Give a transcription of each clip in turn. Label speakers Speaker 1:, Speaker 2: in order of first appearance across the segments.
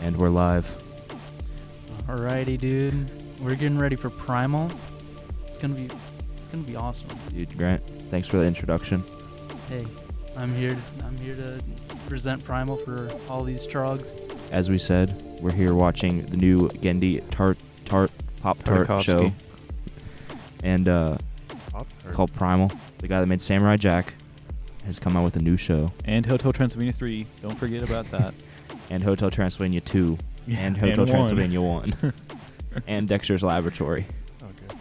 Speaker 1: And we're live.
Speaker 2: Alrighty, dude. We're getting ready for Primal. It's gonna be, it's gonna be awesome.
Speaker 1: Dude, Grant, thanks for the introduction.
Speaker 2: Hey, I'm here. I'm here to present Primal for all these trogs.
Speaker 1: As we said, we're here watching the new Gendy Tart Tart Pop Tart show.
Speaker 3: Tarkovsky.
Speaker 1: And uh,
Speaker 4: Pop or-
Speaker 1: called Primal, the guy that made Samurai Jack, has come out with a new show.
Speaker 3: And Hotel Transylvania 3. Don't forget about that.
Speaker 1: And Hotel Transylvania 2. And Hotel
Speaker 3: one.
Speaker 1: Transylvania 1. and Dexter's Laboratory.
Speaker 4: okay.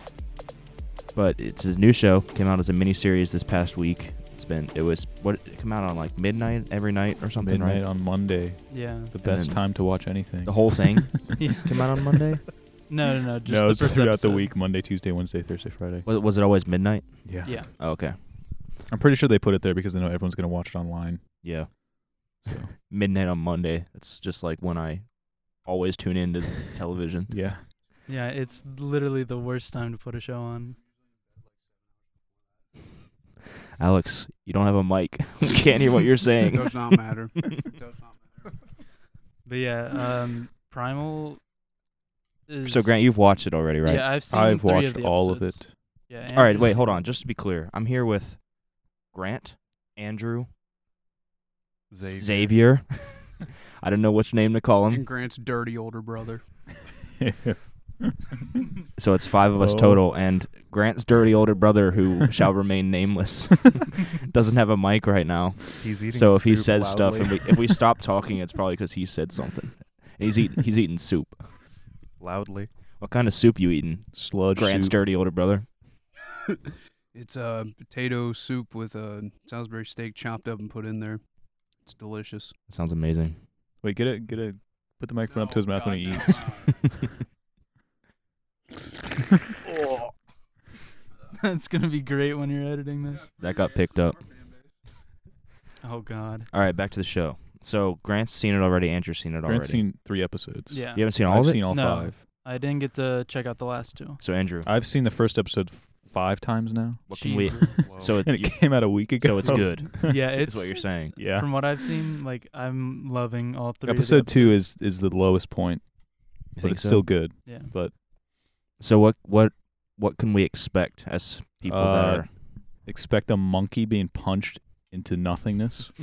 Speaker 1: But it's his new show. Came out as a miniseries this past week. It's been, it was, what, it come out on like midnight every night or something,
Speaker 3: Midnight
Speaker 1: right?
Speaker 3: on Monday.
Speaker 2: Yeah.
Speaker 3: The
Speaker 1: And
Speaker 3: best
Speaker 1: then
Speaker 3: time to watch anything.
Speaker 1: the whole thing
Speaker 2: yeah.
Speaker 1: came out on Monday.
Speaker 2: No, no, no. Just
Speaker 3: no,
Speaker 2: the
Speaker 3: it's
Speaker 2: first
Speaker 3: throughout
Speaker 2: episode.
Speaker 3: the week Monday, Tuesday, Wednesday, Thursday, Friday.
Speaker 1: Was, was it always midnight?
Speaker 3: Yeah.
Speaker 2: Yeah.
Speaker 1: Oh, okay.
Speaker 3: I'm pretty sure they put it there because they know everyone's going to watch it online.
Speaker 1: Yeah.
Speaker 3: So,
Speaker 1: Midnight on Monday. That's just like when I always tune into television.
Speaker 3: yeah.
Speaker 2: Yeah, it's literally the worst time to put a show on.
Speaker 1: Alex, you don't have a mic. we can't hear what you're
Speaker 4: It
Speaker 1: saying.
Speaker 4: does not matter. It does not matter.
Speaker 2: But yeah, um, Primal. Is,
Speaker 1: so Grant, you've watched it already, right?
Speaker 2: Yeah, I've seen.
Speaker 3: I've
Speaker 2: three
Speaker 3: watched
Speaker 2: of the
Speaker 3: all of
Speaker 2: episodes.
Speaker 3: it.
Speaker 2: Yeah.
Speaker 1: All right,
Speaker 2: Andrew's-
Speaker 1: wait, hold on. Just to be clear, I'm here with Grant, Andrew, Xavier. I don't know which name to call him.
Speaker 4: And Grant's dirty older brother.
Speaker 1: So it's five of us
Speaker 3: Oh.
Speaker 1: total, and Grant's dirty older brother, who shall remain nameless, doesn't have a mic right now.
Speaker 4: He's eating.
Speaker 1: So if he says stuff and we, if we stop talking, it's probably because he said something. And he's eating he's eating soup.
Speaker 5: loudly.
Speaker 1: What kind of soup you eating?
Speaker 3: Sludge.
Speaker 1: Grant's
Speaker 3: soup.
Speaker 1: dirty older brother.
Speaker 4: it's a uh, potato soup with uh, Salisbury steak chopped up and put in there. It's delicious.
Speaker 1: That sounds amazing.
Speaker 3: Wait, get it. Get it. Put the microphone up to his mouth when he eats.
Speaker 2: That's gonna be great when you're editing this.
Speaker 1: that got picked up.
Speaker 2: Oh God.
Speaker 1: All right, back to the show. So Grant's seen it already. Andrew's seen it already.
Speaker 3: Grant's seen three episodes.
Speaker 2: Yeah.
Speaker 1: you haven't seen all
Speaker 3: I've
Speaker 1: of it.
Speaker 3: seen all
Speaker 2: No.
Speaker 3: five.
Speaker 2: I didn't get to check out the last two.
Speaker 1: so Andrew,
Speaker 3: I've seen the first episode f- five times now.
Speaker 1: what can we? So it,
Speaker 3: And it came out a week ago.
Speaker 1: so it's good.
Speaker 2: Yeah,
Speaker 1: Is
Speaker 2: it's
Speaker 1: what you're saying.
Speaker 3: Yeah.
Speaker 2: from what I've seen. Like I'm loving all three. of the
Speaker 3: episode two
Speaker 2: episodes.
Speaker 3: is is the lowest point,
Speaker 1: You
Speaker 3: but
Speaker 1: think
Speaker 3: it's
Speaker 1: so?
Speaker 3: still good.
Speaker 2: yeah.
Speaker 3: But
Speaker 1: So what what what can we expect as people
Speaker 3: Uh,
Speaker 1: that are?
Speaker 3: expect a monkey being punched into nothingness.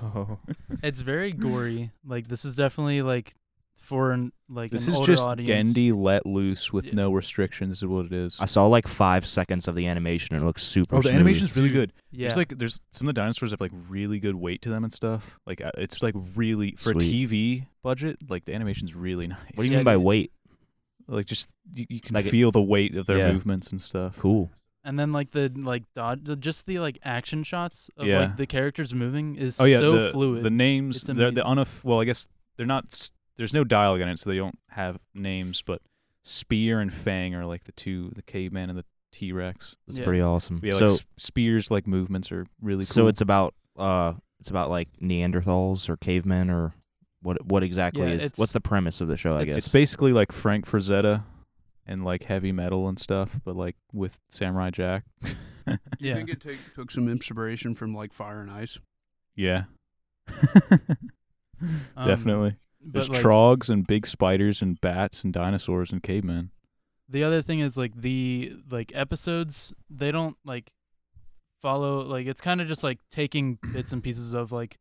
Speaker 3: Oh.
Speaker 2: It's very gory. Like this is definitely like for an like
Speaker 3: This
Speaker 2: an
Speaker 3: is
Speaker 2: older
Speaker 3: just
Speaker 2: audience.
Speaker 3: Gendy let loose with
Speaker 2: Yeah.
Speaker 3: no restrictions. This is what it is.
Speaker 1: I saw like five seconds of the animation and it looks super.
Speaker 3: oh, the
Speaker 1: smooth.
Speaker 3: animation's really
Speaker 2: Dude,
Speaker 3: good.
Speaker 2: Yeah.
Speaker 3: There's like there's some of the dinosaurs have like really good weight to them and stuff. Like uh, it's like really for
Speaker 1: Sweet.
Speaker 3: a TV budget. Like the animation's really nice.
Speaker 1: What do you
Speaker 2: Yeah,
Speaker 1: mean by
Speaker 2: dude.
Speaker 1: weight?
Speaker 3: Like just you, you can
Speaker 1: Like it-
Speaker 3: feel the weight of their
Speaker 1: Yeah.
Speaker 3: movements and stuff.
Speaker 1: Cool.
Speaker 2: and then like the like dodge, the- just the like action shots of
Speaker 3: Yeah.
Speaker 2: like the characters moving is
Speaker 3: Oh yeah,
Speaker 2: so
Speaker 3: the,
Speaker 2: fluid.
Speaker 3: The names,
Speaker 2: It's
Speaker 3: they're the
Speaker 2: amazing.
Speaker 3: unaf- Well, I guess they're not. s- There's no dialogue in it, so they don't have names. But Spear and Fang are like the two, the caveman and the T Rex.
Speaker 1: That's
Speaker 2: Yeah.
Speaker 1: pretty awesome.
Speaker 3: Yeah,
Speaker 1: so
Speaker 3: like S- Spear's like movements are really cool.
Speaker 1: so it's about uh it's about like Neanderthals or cavemen or what what exactly
Speaker 2: Yeah,
Speaker 1: is
Speaker 2: it's-
Speaker 1: what's the premise of the show? I
Speaker 2: it's-
Speaker 1: guess
Speaker 3: it's basically like Frank Frazetta and like heavy metal and stuff, but like with Samurai Jack.
Speaker 4: I
Speaker 2: yeah.
Speaker 4: think it take, took some inspiration from like Fire and Ice.
Speaker 3: yeah.
Speaker 2: Um,
Speaker 3: Definitely.
Speaker 2: But,
Speaker 3: There's
Speaker 2: like,
Speaker 3: trogs and big spiders and bats and dinosaurs and cavemen.
Speaker 2: the other thing is like the like episodes they don't like follow like it's kind of just like taking bits and pieces of like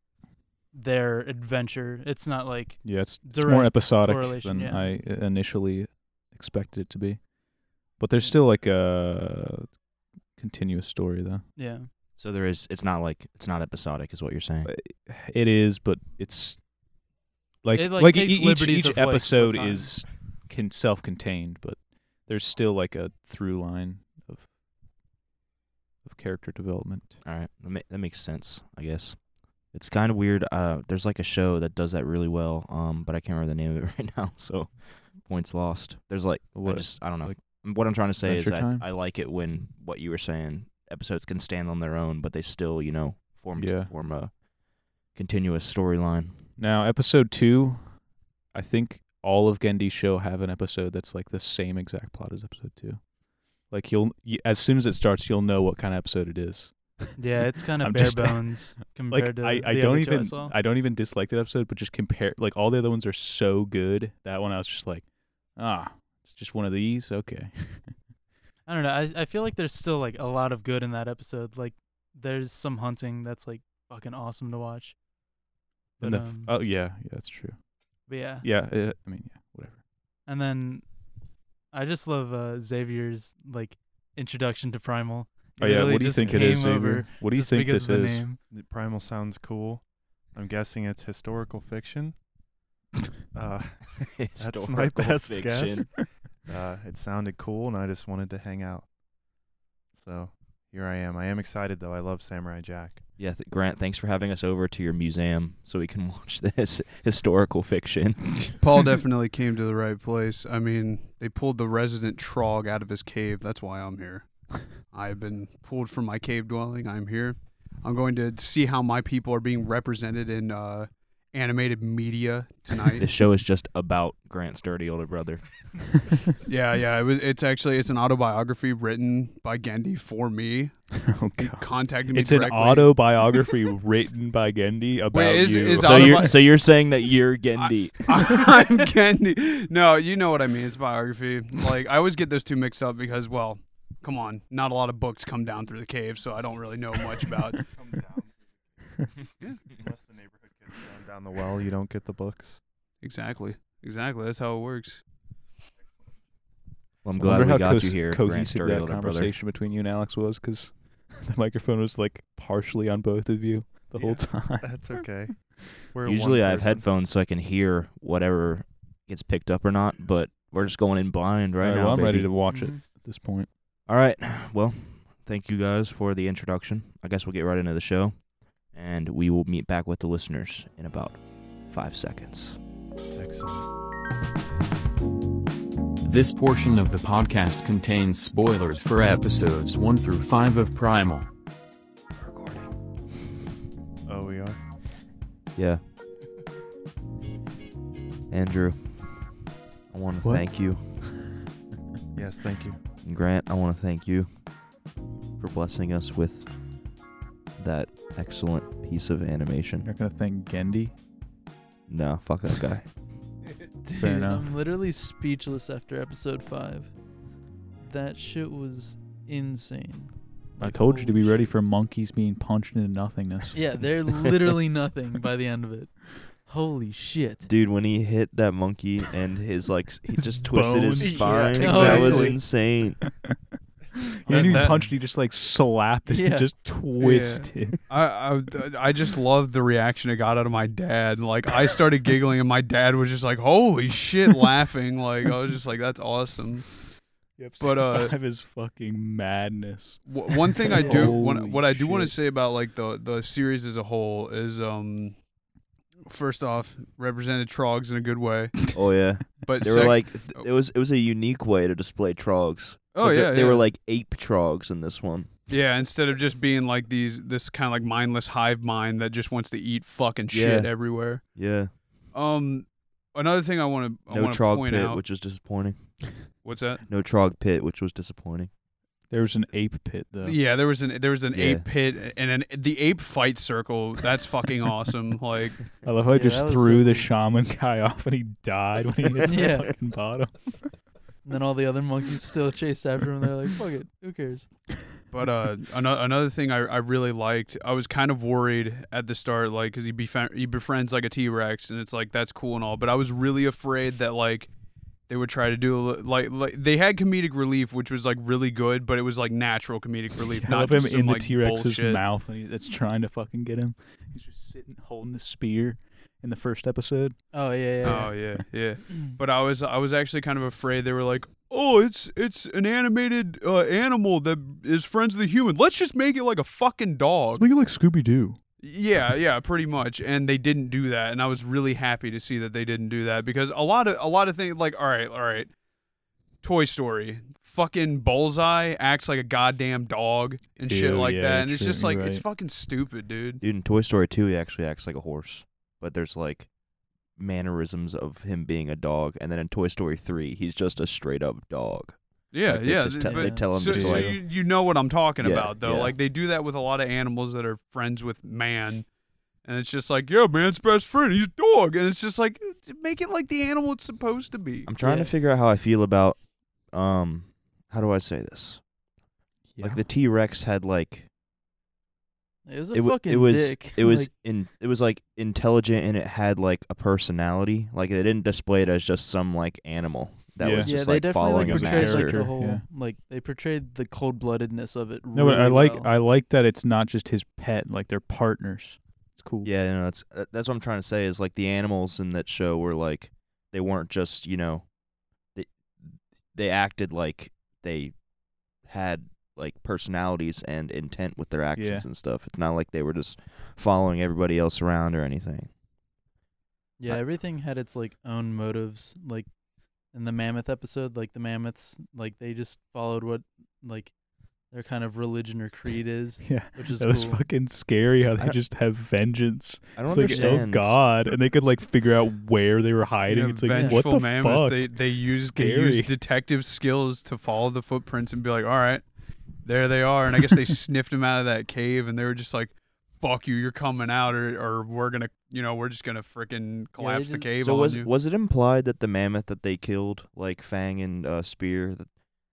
Speaker 2: their adventure. It's not like
Speaker 3: Yeah, it's
Speaker 2: direct.
Speaker 3: it's more episodic
Speaker 2: correlation,
Speaker 3: than
Speaker 2: yeah.
Speaker 3: I uh, initially expected it to be. But there's still like a continuous story though.
Speaker 2: yeah.
Speaker 1: so there is it's not like it's not episodic is what you're saying.
Speaker 3: It is, but it's like
Speaker 2: It, like,
Speaker 3: like, e-
Speaker 2: takes
Speaker 3: each,
Speaker 2: liberties
Speaker 3: each
Speaker 2: of, like,
Speaker 3: episode
Speaker 2: what time.
Speaker 3: is can self-contained, but there's still like a through line of of character development.
Speaker 1: All right, that, ma- that makes sense. I guess it's kind of weird. Uh, there's like a show that does that really well. Um, but I can't remember the name of it right now. So points lost. There's like I
Speaker 3: What-
Speaker 1: just I don't know.
Speaker 3: like
Speaker 1: what I'm trying to say is
Speaker 3: Adventure
Speaker 1: that
Speaker 3: Time?
Speaker 1: I like it when what you were saying episodes can stand on their own, but they still you know form
Speaker 3: Yeah.
Speaker 1: form a continuous storyline.
Speaker 3: Now, episode 2, I think all of Gendy's show have an episode that's like the same exact plot as episode 2. Like you'll y- as soon as it starts, you'll know what kind of episode it is.
Speaker 6: Yeah, it's kind of
Speaker 3: I'm
Speaker 6: bare
Speaker 3: just-
Speaker 6: bones compared
Speaker 3: like
Speaker 6: to
Speaker 3: I, I
Speaker 6: the
Speaker 3: don't
Speaker 6: other two I
Speaker 3: even
Speaker 6: saw.
Speaker 3: I, don't even dislike that episode, but just compare like all the other ones are so good. That one I was just like, ah, it's just one of these. Okay,
Speaker 6: I don't know. I, I feel like there's still like a lot of good in that episode. Like there's some hunting that's like fucking awesome to watch. But,
Speaker 3: and the f-
Speaker 6: um,
Speaker 3: oh yeah, yeah, that's true.
Speaker 6: but yeah.
Speaker 3: Yeah, uh, I mean yeah, whatever.
Speaker 6: And then I just love uh, Xavier's like introduction to Primal. He
Speaker 3: Oh yeah,
Speaker 6: literally
Speaker 3: what do you
Speaker 6: just
Speaker 3: think it is?
Speaker 6: came
Speaker 3: Xavier?
Speaker 6: over
Speaker 3: What do you
Speaker 6: just
Speaker 3: think
Speaker 6: because
Speaker 3: this
Speaker 6: of
Speaker 3: is?
Speaker 6: the name.
Speaker 7: The Primal sounds cool. I'm guessing it's historical fiction. Uh, that's my
Speaker 1: Historical
Speaker 7: best guess.
Speaker 1: fiction.
Speaker 7: Uh, it sounded cool, and I just wanted to hang out. So here I am. I am excited though. I love Samurai Jack.
Speaker 1: Yeah, th- Grant, thanks for having us over to your museum so we can watch this historical fiction.
Speaker 4: Paul definitely came to the right place. I mean, they pulled the resident Trog out of his cave. That's why I'm here. I've been pulled from my cave dwelling. I'm here. I'm going to see how my people are being represented in uh, animated media
Speaker 1: This
Speaker 4: tonight.
Speaker 1: show is just about Grant's dirty older brother.
Speaker 4: yeah, yeah. It was, it's actually it's an autobiography written by Gendy for me.
Speaker 3: oh
Speaker 4: He
Speaker 3: god.
Speaker 4: contacted me
Speaker 3: It's an
Speaker 4: directly.
Speaker 3: autobiography written by Gendy about
Speaker 4: is-
Speaker 3: you.
Speaker 4: is
Speaker 1: So you're
Speaker 4: Autobi-
Speaker 1: so you're saying that you're Gendy.
Speaker 4: I'm Gendy. No, you know what I mean. It's biography. Like I always get those two mixed up because, well, come on, not a lot of books come down through the cave, so I don't really know much about.
Speaker 7: Come down. Unless the neighborhood kids down, down the well, you don't get the books.
Speaker 4: exactly, exactly. That's how it works.
Speaker 1: Well, I'm
Speaker 3: I
Speaker 1: glad
Speaker 3: wonder
Speaker 1: we
Speaker 3: how
Speaker 1: got
Speaker 3: cos-
Speaker 1: you here, Grant's
Speaker 3: cohesive
Speaker 1: dirty
Speaker 3: that
Speaker 1: older brother.
Speaker 3: conversation between you and Alex was because the microphone was like partially on both of you the whole
Speaker 7: Yeah.
Speaker 3: time.
Speaker 7: That's okay. We're
Speaker 1: Usually
Speaker 7: one
Speaker 1: I have
Speaker 7: person.
Speaker 1: headphones so I can hear whatever gets picked up or not, but we're just going in blind right
Speaker 3: Alright,
Speaker 1: now.
Speaker 3: well, I'm ready
Speaker 1: baby.
Speaker 3: to watch it
Speaker 6: Mhm.
Speaker 3: at this point.
Speaker 1: All right. Well, thank you guys for the introduction. I guess we'll get right into the show, and we will meet back with the listeners in about five seconds.
Speaker 7: Excellent.
Speaker 8: This portion of the podcast contains spoilers for episodes 1 through 5 of Primal.
Speaker 7: Oh, we are.
Speaker 1: Yeah. Andrew, I want to
Speaker 7: What?
Speaker 1: thank you.
Speaker 7: Yes, thank you.
Speaker 1: And Grant, I want to thank you for blessing us with that excellent piece of animation.
Speaker 3: You're not gonna thank Gendy.
Speaker 1: No, fuck that guy.
Speaker 6: Dude,
Speaker 3: Fair enough.
Speaker 6: I'm literally speechless after episode five. That shit was insane.
Speaker 3: I
Speaker 6: Like,
Speaker 3: told you to
Speaker 6: holy
Speaker 3: be ready
Speaker 6: shit.
Speaker 3: for monkeys being punched into nothingness.
Speaker 6: Yeah, they're literally nothing by the end of it. Holy shit.
Speaker 1: Dude, when he hit that monkey and his like, s- he
Speaker 3: His
Speaker 1: just twisted his
Speaker 3: bones.
Speaker 1: spine.
Speaker 6: Yeah,
Speaker 1: That was
Speaker 6: exactly.
Speaker 1: insane.
Speaker 3: He didn't even
Speaker 4: that-
Speaker 3: punch it, he just like slapped it,
Speaker 6: Yeah.
Speaker 3: he just twisted.
Speaker 4: I, I I just love the reaction it got out of my dad. Like I started giggling, and my dad was just like, "Holy shit!" laughing. Like I was just like, "That's awesome." But, uh,
Speaker 3: five is fucking madness.
Speaker 4: W- one thing I do
Speaker 3: Holy
Speaker 4: what, what I do want to
Speaker 3: shit.
Speaker 4: say about like the the series as a whole is um first off represented trogs in a good way,
Speaker 1: Oh yeah,
Speaker 4: but
Speaker 1: they were
Speaker 4: sec-
Speaker 1: like, th- it was it was a unique way to display trogs.
Speaker 4: oh
Speaker 1: 'Cause
Speaker 4: yeah,
Speaker 1: they, they
Speaker 4: yeah.
Speaker 1: were like ape trogs in this one.
Speaker 4: yeah instead of just being like these this kind of like mindless hive mind that just wants to eat fucking shit
Speaker 1: Yeah.
Speaker 4: everywhere.
Speaker 1: Yeah,
Speaker 4: Um, another thing I want to I
Speaker 1: no
Speaker 4: want to
Speaker 1: trog
Speaker 4: point
Speaker 1: pit,
Speaker 4: out
Speaker 1: which was disappointing.
Speaker 4: what's that?
Speaker 1: No trog pit, which was disappointing.
Speaker 3: There was an ape pit though.
Speaker 4: Yeah, there was an there was an
Speaker 1: Yeah.
Speaker 4: ape pit and an the ape fight circle. That's fucking awesome. Like
Speaker 3: I love how I
Speaker 6: Yeah, that
Speaker 3: just
Speaker 6: was
Speaker 3: threw
Speaker 6: so cool.
Speaker 3: the shaman guy off and he died when he hit the
Speaker 6: Yeah.
Speaker 3: fucking bottom.
Speaker 6: And then all the other monkeys still chased after him. They're like, fuck it, who cares?
Speaker 4: But uh, another another thing I, I really liked, I was kind of worried at the start, like, cause he befri- he befriends like a T Rex, and it's like that's cool and all, but I was really afraid that like they would try to do a li- like like they had comedic relief, which was like really good, but it was like natural comedic relief,
Speaker 3: I
Speaker 4: not
Speaker 3: love him
Speaker 4: just some,
Speaker 3: in the
Speaker 4: like,
Speaker 3: T Rex's
Speaker 4: bullshit.
Speaker 3: mouth and he, that's trying to fucking get him. He's just sitting holding the spear in the first episode.
Speaker 6: Oh, yeah, yeah.
Speaker 4: Oh yeah, yeah.
Speaker 6: yeah.
Speaker 3: Uh,
Speaker 4: But I was I was actually kind of afraid they were like, oh, it's it's an animated uh, animal that is friends with a human. Let's just make it like a fucking dog.
Speaker 3: make it like Scooby Doo.
Speaker 4: Yeah, yeah, pretty much. And they didn't do that, and I was really happy to see that they didn't do that because a lot of a lot of things like all right, all right. Toy Story, fucking Bullseye acts like a goddamn dog and shit
Speaker 3: Ew,
Speaker 4: like
Speaker 3: yeah,
Speaker 4: that, and
Speaker 3: you're
Speaker 4: it's just
Speaker 3: true,
Speaker 4: like
Speaker 3: you're
Speaker 4: it's
Speaker 3: right.
Speaker 4: fucking stupid, dude.
Speaker 1: Dude, in Toy Story 2, he actually acts like a horse, but there's like mannerisms of him being a dog. And then in Toy Story 3, he's just a straight up dog.
Speaker 4: Yeah,
Speaker 1: Like, they
Speaker 4: yeah.
Speaker 1: just
Speaker 4: th-
Speaker 1: tell-
Speaker 4: but-
Speaker 1: they tell 'em
Speaker 4: so,
Speaker 1: to
Speaker 4: so
Speaker 1: like-
Speaker 4: you, you know what I'm talking
Speaker 1: Yeah,
Speaker 4: about, though.
Speaker 1: yeah.
Speaker 4: Like they do that with a lot of animals that are friends with man, and it's just like, yeah, man's best friend, he's a dog, and it's just like, make it like the animal it's supposed to be.
Speaker 1: I'm trying
Speaker 6: Yeah.
Speaker 1: to figure out how I feel about um how do I say this? Like the T Rex had like
Speaker 6: It was a
Speaker 1: it, wa-
Speaker 6: fucking
Speaker 1: it was
Speaker 6: dick.
Speaker 1: it was
Speaker 6: Like,
Speaker 1: in it was like intelligent and it had like a personality. Like they didn't display it as just some like animal that
Speaker 3: Yeah.
Speaker 1: was
Speaker 6: yeah,
Speaker 1: just
Speaker 6: they
Speaker 1: like
Speaker 6: definitely
Speaker 1: following
Speaker 6: like
Speaker 1: a
Speaker 6: portrayed
Speaker 1: master.
Speaker 6: like the whole
Speaker 3: Yeah.
Speaker 6: like they portrayed the cold bloodedness of it.
Speaker 3: No, but I
Speaker 6: really
Speaker 3: like
Speaker 6: well.
Speaker 3: I like that it's not just his pet. Like they're partners. It's cool.
Speaker 1: Yeah, no, that's that- that's what I'm trying to say is like the animals in that show were like they weren't just you know they they acted like they had like personalities and intent with their actions
Speaker 3: Yeah.
Speaker 1: and stuff. It's not like they were just following everybody else around or anything.
Speaker 6: Yeah,
Speaker 1: I-
Speaker 6: everything had its like own motives. Like in the mammoth episode, like the mammoths, like they just followed what like their kind of religion or creed is,
Speaker 3: Yeah,
Speaker 6: which is
Speaker 3: that was
Speaker 6: cool.
Speaker 3: fucking scary. How
Speaker 1: I
Speaker 3: they
Speaker 1: don't-
Speaker 3: just have vengeance.
Speaker 1: I don't
Speaker 3: It's like oh
Speaker 1: understand.
Speaker 3: god, and they could like figure out where they were hiding.
Speaker 4: Yeah,
Speaker 3: it's like what
Speaker 4: vengeful
Speaker 3: the
Speaker 4: mammoths,
Speaker 3: fuck?
Speaker 4: They they use they use
Speaker 3: scary.
Speaker 4: detective skills to follow the footprints and be like, all right, there they are. And I guess they sniffed them out of that cave, and they were just like, fuck you, you're coming out, or or we're gonna, you know, we're just gonna freaking collapse the
Speaker 6: just-
Speaker 4: cave
Speaker 1: So
Speaker 4: on
Speaker 1: was
Speaker 4: you.
Speaker 1: was it implied that the mammoth that they killed, like Fang and uh, Spear, that,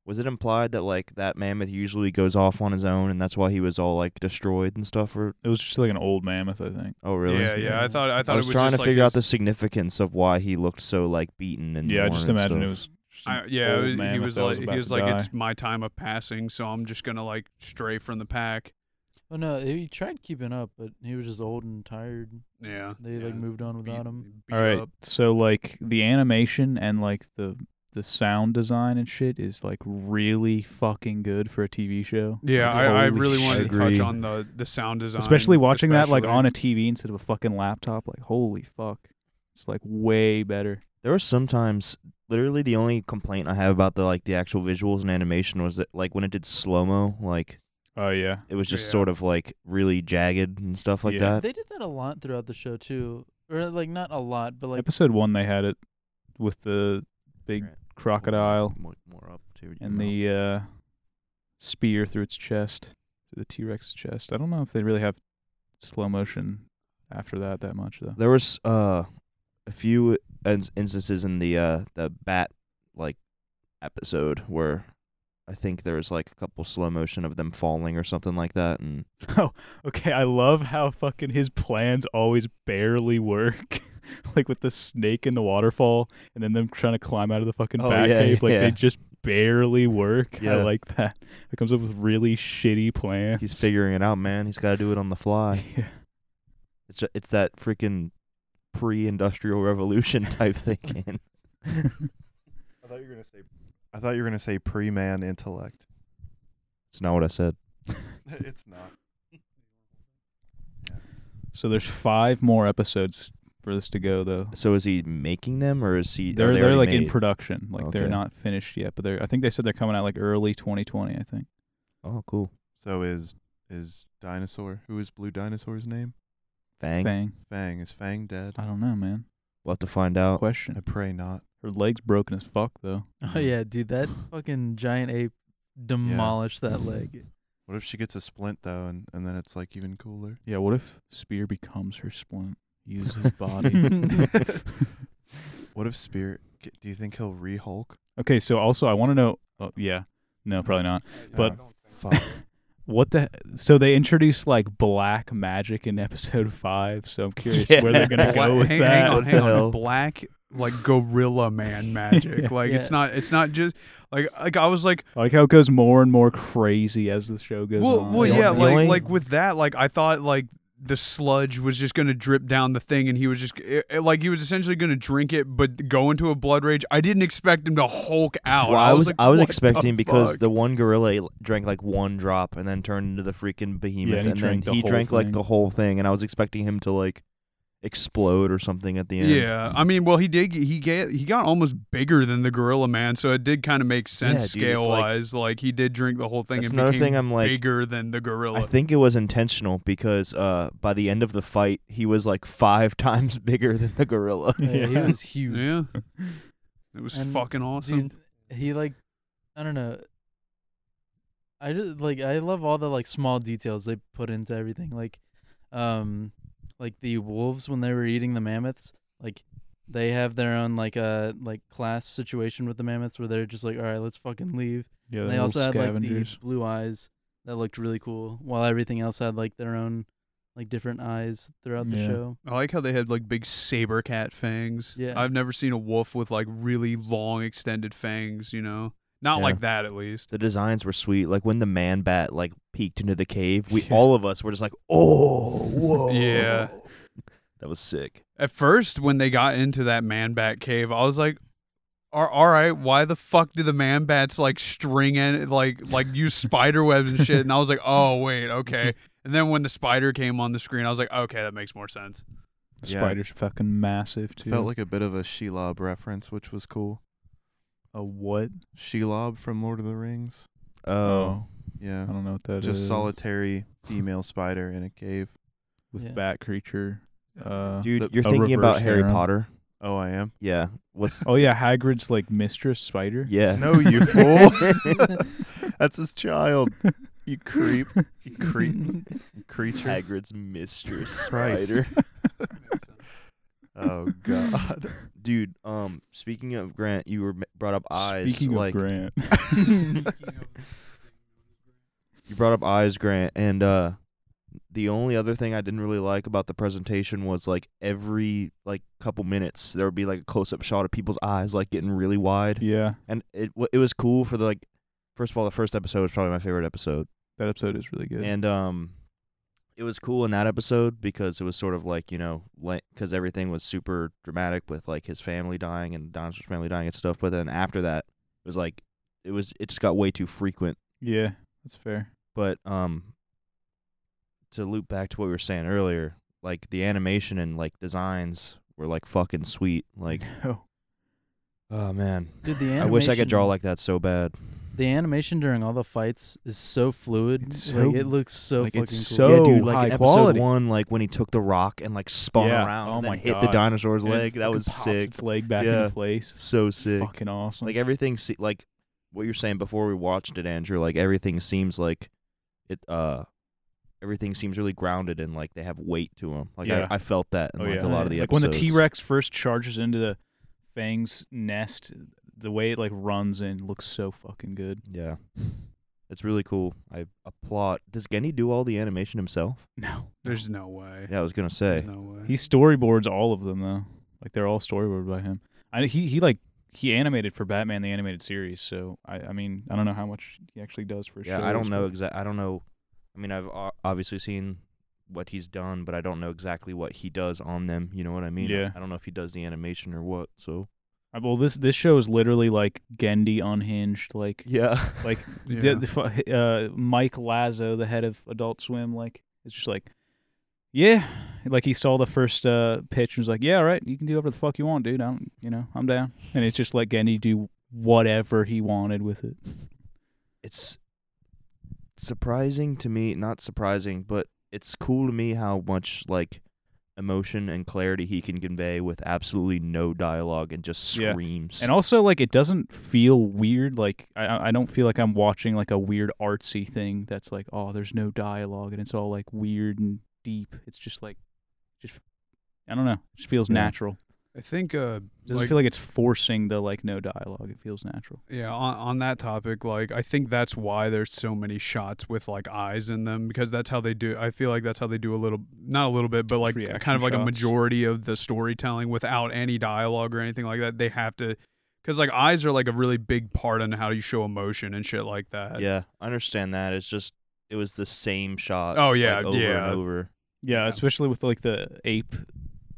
Speaker 1: was it implied that like that mammoth usually goes off on his own and that's why he was all like destroyed and stuff? Or
Speaker 3: It was just like an old mammoth, I think.
Speaker 1: oh really?
Speaker 4: Yeah, yeah. I
Speaker 6: Yeah.
Speaker 4: thought I
Speaker 1: I,
Speaker 4: thought
Speaker 1: was,
Speaker 4: it was
Speaker 1: trying
Speaker 4: just
Speaker 1: to
Speaker 4: like
Speaker 1: figure out
Speaker 4: this-
Speaker 1: the significance of why he looked so like beaten and
Speaker 3: yeah, I just
Speaker 1: worn and
Speaker 3: imagine it
Speaker 1: stuff.
Speaker 3: was. just an
Speaker 4: I, yeah, it
Speaker 3: old
Speaker 4: was- he
Speaker 3: mammoth
Speaker 4: was
Speaker 3: that
Speaker 4: like he
Speaker 3: about
Speaker 4: was
Speaker 3: to
Speaker 4: like
Speaker 3: die.
Speaker 4: it's my time of passing, so I'm just gonna like stray from the pack.
Speaker 6: Oh no, he tried keeping up, but he was just old and tired.
Speaker 4: Yeah,
Speaker 6: They
Speaker 4: yeah,
Speaker 6: like moved on
Speaker 4: beat-
Speaker 6: without him.
Speaker 4: beat
Speaker 3: All right.
Speaker 4: up.
Speaker 3: So like the animation and like the the sound design and shit is like really fucking good for a TV show.
Speaker 4: Yeah,
Speaker 3: Like,
Speaker 4: I, I
Speaker 3: holy
Speaker 4: really wanted
Speaker 3: shit.
Speaker 4: to
Speaker 1: Agree.
Speaker 4: touch on the the sound design,
Speaker 3: Especially watching that like
Speaker 4: especially.
Speaker 3: on a TV instead of a fucking laptop, like holy fuck. It's like way better.
Speaker 1: There were sometimes literally the only complaint I have about the like the actual visuals and animation was that like when it did slow mo, like
Speaker 3: Oh yeah.
Speaker 1: it was just
Speaker 4: Yeah.
Speaker 1: sort of like really jagged and stuff like
Speaker 3: Yeah.
Speaker 1: that.
Speaker 6: They did that a lot throughout the show too, or like not a lot, but like
Speaker 3: Episode 1 they had it with the big
Speaker 1: Right.
Speaker 3: crocodile
Speaker 1: More, more up to your
Speaker 3: and
Speaker 1: mouth.
Speaker 3: the uh spear through its chest, through the T-Rex's chest. I don't know if they really have slow motion after that that much though.
Speaker 1: There was uh, a few in- instances in the uh, the bat like episode where I think there was like a couple slow motion of them falling or something like that, and
Speaker 3: Okay, I love how fucking his plans always barely work. like with the snake in the waterfall and then them trying to climb out of the fucking
Speaker 1: Oh,
Speaker 3: bat
Speaker 1: yeah,
Speaker 3: cave. Like
Speaker 1: yeah.
Speaker 3: they just barely work.
Speaker 1: Yeah.
Speaker 3: I like that. It comes up with really shitty plans.
Speaker 1: he's figuring it out, man. He's got to do it on the fly.
Speaker 3: Yeah.
Speaker 1: It's ju- it's that freaking pre-industrial revolution type thinking.
Speaker 7: I thought you were gonna say. I thought you were gonna say pre-man intellect.
Speaker 1: It's not what I said.
Speaker 7: it's not.
Speaker 3: So there's five more episodes for this to go though.
Speaker 1: So is he making them or is he? are
Speaker 3: They're
Speaker 1: they
Speaker 3: they are
Speaker 1: already
Speaker 3: like in
Speaker 1: made?
Speaker 3: production. Like
Speaker 1: Okay.
Speaker 3: they're not finished yet, but they're I think they said they're coming out like early twenty twenty, I think.
Speaker 1: oh, cool.
Speaker 7: So is is dinosaur? Who is Blue Dinosaur's name?
Speaker 1: Fang.
Speaker 3: Fang.
Speaker 7: Fang. Is Fang dead?
Speaker 3: I don't know, man.
Speaker 1: We'll have to find out.
Speaker 7: I
Speaker 3: Question.
Speaker 7: pray not.
Speaker 3: Her leg's broken as fuck though.
Speaker 6: oh yeah, dude, that fucking giant ape demolished that leg.
Speaker 7: What if she gets a splint though, and, and then it's like even cooler?
Speaker 3: Yeah, what if Spear becomes her splint? Uses his body.
Speaker 7: What if Spirit? g- Do you think he'll re-Hulk?
Speaker 3: okay, so also I want to know. Oh, yeah, no, probably not. But-
Speaker 7: fuck.
Speaker 3: What the? So they introduced like black magic in episode five. So I'm curious where they're gonna
Speaker 1: Yeah.
Speaker 3: go with
Speaker 4: hang,
Speaker 3: that.
Speaker 4: hang on,
Speaker 1: What
Speaker 4: hang
Speaker 1: the hell?
Speaker 4: on. Black like gorilla man magic. Like it's
Speaker 6: Yeah.
Speaker 4: not it's not just like like I was like
Speaker 3: I like how it goes more and more crazy as the show goes
Speaker 4: well
Speaker 3: on.
Speaker 4: well
Speaker 1: The
Speaker 4: yeah
Speaker 1: only-
Speaker 4: like
Speaker 1: the only-
Speaker 4: like with that like I thought like the sludge was just gonna drip down the thing and he was just it, it- like he was essentially gonna drink it but go into a blood rage. I didn't expect him to Hulk out.
Speaker 1: Well, I was
Speaker 4: like,
Speaker 1: I was
Speaker 4: what the
Speaker 1: expecting because
Speaker 4: fuck?
Speaker 1: the one gorilla l- drank like one drop and then turned into the freaking behemoth,
Speaker 3: he
Speaker 1: and then
Speaker 3: drank the
Speaker 1: he
Speaker 3: whole
Speaker 1: drank like
Speaker 3: thing.
Speaker 1: the whole thing, and I was expecting him to like explode or something at the end.
Speaker 4: yeah, I mean, well, he did. He get he got almost bigger than the gorilla man, so it did kind of make sense
Speaker 1: Yeah, dude, it's like-
Speaker 4: scale wise. Like he did drink the whole thing.
Speaker 1: That's
Speaker 4: and
Speaker 1: another
Speaker 4: became
Speaker 1: thing I'm like-
Speaker 4: bigger than the gorilla.
Speaker 1: I think it was intentional because uh, by the end of the fight, he was like five times bigger than the gorilla.
Speaker 6: Yeah, he was huge.
Speaker 4: Yeah. It was
Speaker 6: And,
Speaker 4: fucking awesome.
Speaker 6: Dude, he like I don't know. I just like I love all the like small details they put into everything. Like, um, like the wolves when they were eating the mammoths, like they have their own like uh like class situation with the mammoths where they're just like, all right, let's fucking leave.
Speaker 3: Yeah,
Speaker 6: And they also had like the blue eyes that looked really cool, while everything else had like their own like different eyes throughout the
Speaker 3: Yeah.
Speaker 6: show.
Speaker 4: I like how they had like big saber cat fangs.
Speaker 6: Yeah.
Speaker 4: I've never seen a wolf with like really long extended fangs, you know? Not
Speaker 1: Yeah.
Speaker 4: like that at least.
Speaker 1: The designs were sweet. Like when the man bat like peeked into the cave, we
Speaker 3: Yeah.
Speaker 1: all of us were just like, "Oh, whoa!"
Speaker 4: Yeah.
Speaker 1: that was sick.
Speaker 4: At first when they got into that man bat cave, I was like "Ar- all right, why the fuck do the man bats like string and like like use spider webs and shit? And I was like, oh wait, okay. And then when the spider came on the screen, I was like, okay, that makes more sense.
Speaker 3: the
Speaker 7: Yeah.
Speaker 3: spiders fucking massive too.
Speaker 7: Felt like a bit of a Shelob reference, which was cool.
Speaker 3: a what?
Speaker 7: Shelob from Lord of the Rings.
Speaker 1: Oh,
Speaker 7: Yeah.
Speaker 3: I don't know what that is.
Speaker 7: Just solitary female spider in a cave.
Speaker 3: with
Speaker 6: Yeah.
Speaker 3: bat creature. Uh,
Speaker 1: dude,
Speaker 7: the-
Speaker 1: you're
Speaker 3: a
Speaker 1: thinking about
Speaker 3: reverse
Speaker 1: Harry
Speaker 3: harem.
Speaker 1: Potter.
Speaker 7: Oh, I am.
Speaker 1: Yeah. What's?
Speaker 3: oh yeah, Hagrid's like mistress spider.
Speaker 1: yeah.
Speaker 7: No, you fool. That's his child. You creep. You creep. You creature.
Speaker 1: Hagrid's mistress
Speaker 7: Christ.
Speaker 1: spider.
Speaker 7: Oh God.
Speaker 1: Dude, um, speaking of Grant, you were m- brought up eyes.
Speaker 3: Speaking
Speaker 1: like
Speaker 3: of Grant,
Speaker 1: you brought up eyes, Grant, and uh, the only other thing I didn't really like about the presentation was like every like couple minutes there would be like a close up shot of people's eyes like getting really wide,
Speaker 3: yeah,
Speaker 1: and it w- it was cool for the like. First of all, the first episode was probably my favorite episode,
Speaker 3: that episode is really good.
Speaker 1: and um, it was cool in that episode because it was sort of like you know because everything was super dramatic with like his family dying and Dinosaur's family dying and stuff. But then after that, it was like it was it just got way too frequent.
Speaker 3: yeah, that's fair.
Speaker 1: But um, to loop back to what we were saying earlier, like the animation and like designs were like fucking sweet. Like
Speaker 3: No. Mm-hmm.
Speaker 1: oh man,
Speaker 6: Dude, the
Speaker 1: I wish I could draw
Speaker 6: animation-
Speaker 1: like that so bad.
Speaker 6: The animation during all the fights is so fluid.
Speaker 3: It's
Speaker 6: like
Speaker 3: so-
Speaker 6: it looks so
Speaker 3: like,
Speaker 6: fucking
Speaker 3: it's
Speaker 6: cool.
Speaker 1: yeah,
Speaker 3: so
Speaker 1: dude, like
Speaker 3: high
Speaker 1: in episode
Speaker 3: quality.
Speaker 1: one, like when he took the rock and like spun
Speaker 3: Yeah.
Speaker 1: around
Speaker 3: Oh
Speaker 1: and then
Speaker 3: my
Speaker 1: hit the
Speaker 3: God.
Speaker 1: dinosaur's
Speaker 3: And it
Speaker 1: leg. That
Speaker 3: fucking
Speaker 1: was
Speaker 3: pops
Speaker 1: sick.
Speaker 3: Its leg back
Speaker 1: Yeah.
Speaker 3: in place.
Speaker 1: So sick.
Speaker 3: Fucking awesome.
Speaker 1: Like everything, se- like what you're saying before we watched it, Andrew. Like everything seems like it. Uh, everything seems really grounded and like they have weight to them. Like
Speaker 3: Yeah.
Speaker 1: I, I felt that in
Speaker 3: oh
Speaker 1: like a
Speaker 3: yeah,
Speaker 1: lot of the
Speaker 3: like
Speaker 1: episodes.
Speaker 3: when the T Rex first charges into the Fang's nest, the way it like runs in looks so fucking good.
Speaker 1: Yeah, it's really cool. I applaud. Does Genny do all the animation himself?
Speaker 3: No,
Speaker 4: There's no way.
Speaker 1: Yeah, I was gonna
Speaker 4: There's
Speaker 1: say.
Speaker 4: no way.
Speaker 3: He storyboards all of them though. Like they're all storyboarded by him. I he he like he animated for Batman the animated series, so I I mean I don't know how much he actually does for
Speaker 1: Yeah,
Speaker 3: shows.
Speaker 1: I don't know
Speaker 3: but-
Speaker 1: exact. I don't know. I mean, I've o- obviously seen what he's done, but I don't know exactly what he does on them. You know what I mean?
Speaker 3: Yeah.
Speaker 1: I don't know if he does the animation or what. So
Speaker 3: Uh, Well, this this show is literally like Gendy unhinged. Like
Speaker 1: yeah,
Speaker 3: like
Speaker 4: Yeah.
Speaker 3: the- the fu- uh, Mike Lazo, the head of Adult Swim, like is just like yeah. Like he saw the first uh, pitch and was like, "Yeah, all right, you can do whatever the fuck you want, dude. I'm, you know, I'm down." And it's just let Gendy do whatever he wanted with it.
Speaker 1: it's surprising to me not surprising but it's cool to me how much like emotion and clarity he can convey with absolutely no dialogue and just
Speaker 3: Yeah.
Speaker 1: screams
Speaker 3: And also, like, it doesn't feel weird. Like, I- I, I don't feel like I'm watching like a weird artsy thing that's like, oh, there's no dialogue and it's all like weird and deep. It's just like, just I don't know. It just feels
Speaker 1: Yeah.
Speaker 3: natural.
Speaker 4: I think uh
Speaker 3: It doesn't
Speaker 4: like-
Speaker 3: feel like it's forcing the like no dialogue. It feels natural.
Speaker 4: Yeah, on, on that topic, like I think that's why there's so many shots with like eyes in them because that's how they do. I feel like that's how they do a little, not a little bit, but like
Speaker 3: Reaction
Speaker 4: kind of like a
Speaker 3: shots.
Speaker 4: majority of the storytelling without any dialogue or anything like that. They have to, because like eyes are like a really big part in how you show emotion and shit like that.
Speaker 1: yeah i understand that it's just it was the same shot
Speaker 4: Oh, yeah,
Speaker 1: like, over
Speaker 4: yeah.
Speaker 1: and over
Speaker 3: Yeah,
Speaker 4: Yeah.
Speaker 3: especially with like the ape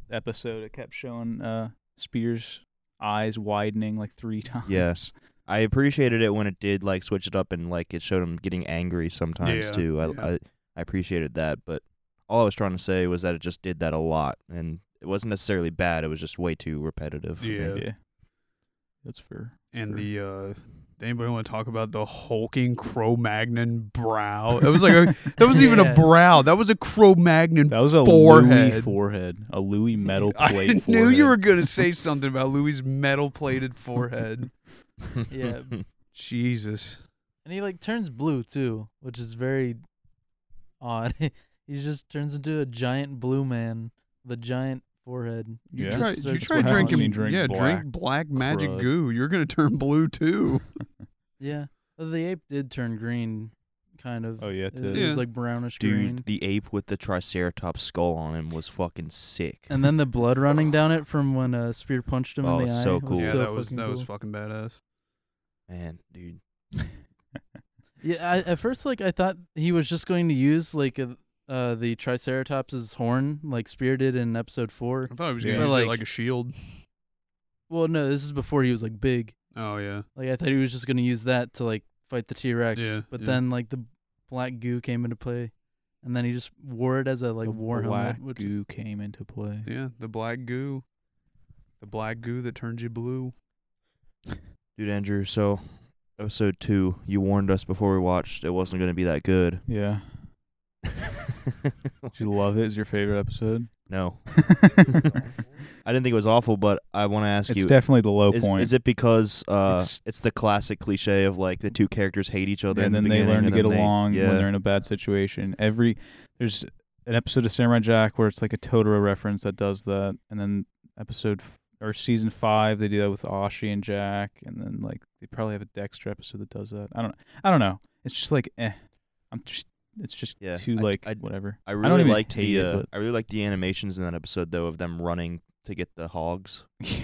Speaker 3: episode, it kept showing uh Spears' eyes widening like three times.
Speaker 1: Yes. i appreciated it when it did like switch it up and like it showed him getting angry sometimes
Speaker 4: Yeah,
Speaker 1: too I,
Speaker 4: yeah.
Speaker 1: I i appreciated that but all i was trying to say was that it just did that a lot and it wasn't necessarily bad it was just way too repetitive for me.
Speaker 4: Yeah.
Speaker 3: Yeah. That's fair.
Speaker 4: And the uh, anybody want to talk about the hulking Cro-Magnon brow? That oh, was like a, that was not even a
Speaker 6: Yeah.
Speaker 4: brow. That was a Cro-Magnon.
Speaker 3: That was a Louis
Speaker 4: Forehead.
Speaker 3: forehead, a Louis metal
Speaker 4: I
Speaker 3: plate.
Speaker 4: knew
Speaker 3: forehead.
Speaker 4: you were gonna say something about Louis' metal plated forehead.
Speaker 6: Yeah.
Speaker 4: Jesus.
Speaker 2: and he like turns blue too, which is very odd. he just turns into a giant blue man with a giant forehead.
Speaker 4: You
Speaker 3: Yeah.
Speaker 4: try,
Speaker 2: Just
Speaker 4: you
Speaker 2: search for
Speaker 4: try
Speaker 2: how
Speaker 4: drinking,
Speaker 2: long-
Speaker 3: you drink
Speaker 4: yeah,
Speaker 3: black
Speaker 4: drink black magic
Speaker 3: crud.
Speaker 4: goo. You're gonna turn blue too.
Speaker 2: Yeah, Well, the ape did turn green, kind of.
Speaker 3: Oh, yeah, it
Speaker 2: it,
Speaker 3: did.
Speaker 2: it was
Speaker 4: Yeah.
Speaker 2: like brownish
Speaker 1: Dude,
Speaker 2: green.
Speaker 1: the ape with the triceratops skull on him was fucking sick.
Speaker 2: And then the blood running down it from when uh, Spear punched him
Speaker 1: Oh,
Speaker 2: in the
Speaker 1: it's
Speaker 2: eye.
Speaker 1: so cool.
Speaker 2: Was
Speaker 4: Yeah,
Speaker 2: so
Speaker 4: that was
Speaker 2: fucking
Speaker 4: that was
Speaker 2: cool.
Speaker 4: fucking badass.
Speaker 1: Man, dude.
Speaker 2: Yeah, I, at first, like I thought he was just going to use like a, uh, the Triceratops's horn, like Spear did in Episode Four.
Speaker 4: I thought he was
Speaker 3: Yeah.
Speaker 4: gonna
Speaker 2: But,
Speaker 4: use it
Speaker 2: like-
Speaker 4: like a shield.
Speaker 2: Well, no, this is before he was like big.
Speaker 4: Oh yeah,
Speaker 2: Like I thought he was just going to use that to like fight the T Rex,
Speaker 4: Yeah,
Speaker 2: but
Speaker 4: yeah.
Speaker 2: then like the black goo came into play, and then he just wore it as a like
Speaker 3: The
Speaker 2: war
Speaker 3: black
Speaker 2: helmet. Which is-
Speaker 3: goo came into play.
Speaker 4: yeah. The black goo, the black goo that turns you blue.
Speaker 1: Dude, Andrew, so episode two, you warned us before we watched it wasn't going to be that good.
Speaker 3: Yeah. Did you love it? Is your favorite episode?
Speaker 1: no.
Speaker 3: it's
Speaker 1: I didn't think it was awful, but I want to ask you.
Speaker 3: definitely the low
Speaker 1: is,
Speaker 3: point.
Speaker 1: is it because uh,
Speaker 3: It's-
Speaker 1: it's, the classic cliche of like the two characters hate each other,
Speaker 3: and
Speaker 1: in
Speaker 3: then
Speaker 1: the
Speaker 3: they
Speaker 1: beginning,
Speaker 3: learn to
Speaker 1: and
Speaker 3: get
Speaker 1: then they-
Speaker 3: along
Speaker 1: yeah,
Speaker 3: when they're in a bad situation. Every there's an episode of Samurai Jack where it's like a Totoro reference that does that, and then episode f- or season five they do that with Oshi and Jack, and then like they probably have a Dexter episode that does that. I don't I don't know. It's just like eh, I'm just it's just
Speaker 1: Yeah,
Speaker 3: too
Speaker 1: I-
Speaker 3: like
Speaker 1: I-
Speaker 3: whatever.
Speaker 1: I
Speaker 3: don't
Speaker 1: really
Speaker 3: even
Speaker 1: liked
Speaker 3: hate
Speaker 1: the
Speaker 3: it,
Speaker 1: uh,
Speaker 3: but-
Speaker 1: I really liked the animations in that episode though of them running to get the hogs. I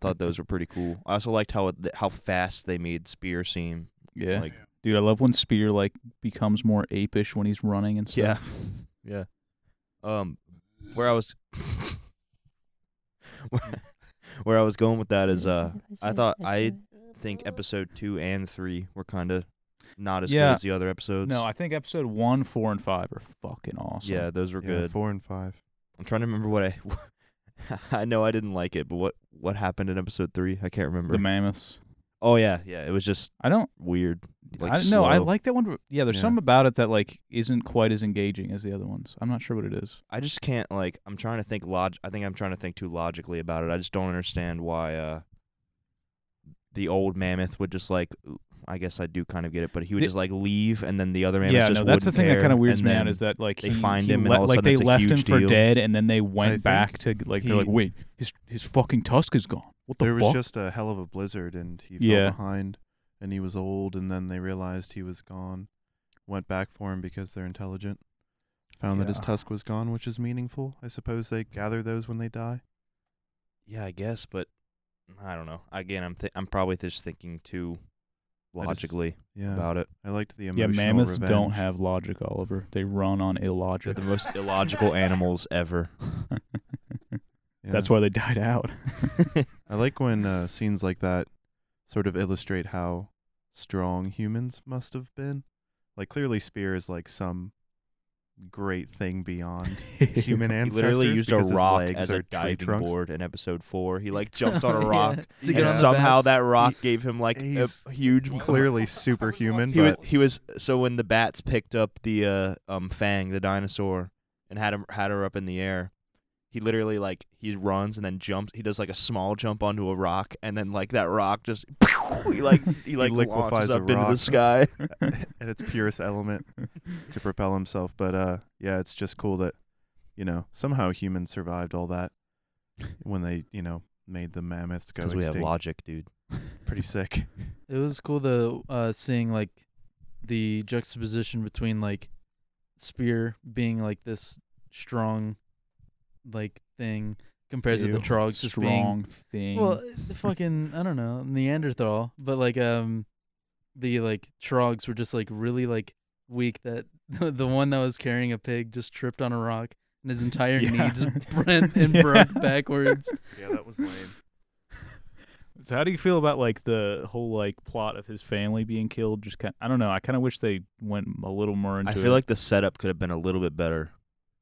Speaker 1: thought those were pretty cool. I also liked how it, th- how fast they made Spear seem.
Speaker 3: yeah,
Speaker 1: Like
Speaker 3: dude. I love when Spear like becomes more apish when he's running and
Speaker 1: yeah,
Speaker 3: stuff.
Speaker 1: yeah. Um, where I was, where, where I was going with that is uh, I thought I think episode two and three were kind of not as
Speaker 3: Yeah.
Speaker 1: good as the other episodes.
Speaker 3: No, I think episode one, four, and five are fucking awesome.
Speaker 1: yeah, those were
Speaker 7: Yeah,
Speaker 1: good.
Speaker 7: Four and five.
Speaker 1: I'm trying to remember what I. I know I didn't like it, but what what happened in episode three? I can't remember.
Speaker 3: the mammoths.
Speaker 1: oh yeah, yeah. It was just
Speaker 3: I don't.
Speaker 1: weird. Like
Speaker 3: I no, I
Speaker 1: slow.
Speaker 3: like that one. but- Yeah, there's
Speaker 7: Yeah.
Speaker 3: something about it that like isn't quite as engaging as the other ones. I'm not sure what it is.
Speaker 1: I just can't like. I'm trying to think log. I think I'm trying to think too logically about it. I just don't understand why uh, the old mammoth would just like. I guess I do kind of get it, but he would
Speaker 3: The-
Speaker 1: just like leave, and then the other mammoth
Speaker 3: yeah,
Speaker 1: just
Speaker 3: no, that's the
Speaker 1: wouldn't
Speaker 3: thing that
Speaker 1: care,
Speaker 3: kind of weirds
Speaker 1: and
Speaker 3: me out
Speaker 1: then-
Speaker 3: is that like
Speaker 1: they
Speaker 3: he-
Speaker 1: find
Speaker 3: he
Speaker 1: him and
Speaker 3: let-
Speaker 1: all of a
Speaker 3: like
Speaker 1: sudden
Speaker 3: they
Speaker 1: it's a
Speaker 3: left him
Speaker 1: huge
Speaker 3: for
Speaker 1: deal.
Speaker 3: dead, and then they
Speaker 7: think
Speaker 3: went back to like they're like
Speaker 7: he-
Speaker 3: wait his his fucking tusk is gone. What the
Speaker 7: there
Speaker 3: fuck?
Speaker 7: was just a hell of a blizzard, and he
Speaker 3: Yeah.
Speaker 7: fell behind, and he was old, and then they realized he was gone. Went back for him because they're intelligent. Found that his
Speaker 3: Yeah.
Speaker 7: tusk was gone, which is meaningful. I suppose they gather those when they die.
Speaker 1: Yeah, I guess, but I don't know. Again, I'm th- I'm probably just thinking too
Speaker 7: just-
Speaker 1: logically
Speaker 7: Yeah,
Speaker 1: about it.
Speaker 7: I liked the
Speaker 3: yeah,
Speaker 7: emotional
Speaker 3: mammoths
Speaker 7: revenge.
Speaker 3: don't have logic, Oliver. They run on illogic.
Speaker 1: They're the most illogical animals ever.
Speaker 7: Yeah.
Speaker 3: That's why they died out.
Speaker 7: I like when uh, scenes like that sort of illustrate how strong humans must have been. Like clearly, Spear is like some great thing beyond human
Speaker 1: He
Speaker 7: ancestors.
Speaker 1: literally used a
Speaker 7: because his
Speaker 1: rock
Speaker 7: legs
Speaker 1: as
Speaker 7: are
Speaker 1: a
Speaker 7: tree
Speaker 1: diving
Speaker 7: trunks.
Speaker 1: board in episode four. He like jumped on a
Speaker 2: Oh,
Speaker 1: rock,
Speaker 2: yeah,
Speaker 7: to get
Speaker 1: and
Speaker 7: on the
Speaker 1: somehow
Speaker 2: bats.
Speaker 1: that rock gave him like a
Speaker 7: He's
Speaker 1: huge.
Speaker 7: Clearly superhuman,
Speaker 1: He was,
Speaker 7: but
Speaker 1: he was so when the bats picked up the uh, um Fang the dinosaur and had him had her up in the air. He literally like he runs and then jumps. He does like a small jump onto a rock and then like that rock just he like he like launches
Speaker 7: liquefies a
Speaker 1: up into the
Speaker 7: rock.
Speaker 1: sky.
Speaker 7: at its purest element to propel himself. But uh, yeah, it's just cool that you know somehow humans survived all that when they you know made the mammoths go
Speaker 1: Because we have
Speaker 7: extinct.
Speaker 1: logic, dude.
Speaker 7: Pretty sick.
Speaker 2: It was cool though, uh, seeing like the juxtaposition between like Spear being like this strong, like thing compared to the
Speaker 3: Ew,
Speaker 2: Trogs just being
Speaker 3: Strong thing.
Speaker 2: well, the fucking I don't know Neanderthal, but like um, the like Trogs were just like really like weak. That the one that was carrying a pig just tripped on a rock and his entire
Speaker 3: Yeah.
Speaker 2: knee just bent and
Speaker 3: Yeah.
Speaker 2: broke backwards.
Speaker 7: Yeah, that was lame.
Speaker 3: So how do you feel about like the whole like plot of his family being killed? Just kind I don't know. I kind of wish they went a little more into.
Speaker 1: I
Speaker 3: it.
Speaker 1: feel like the setup could have been a little bit better,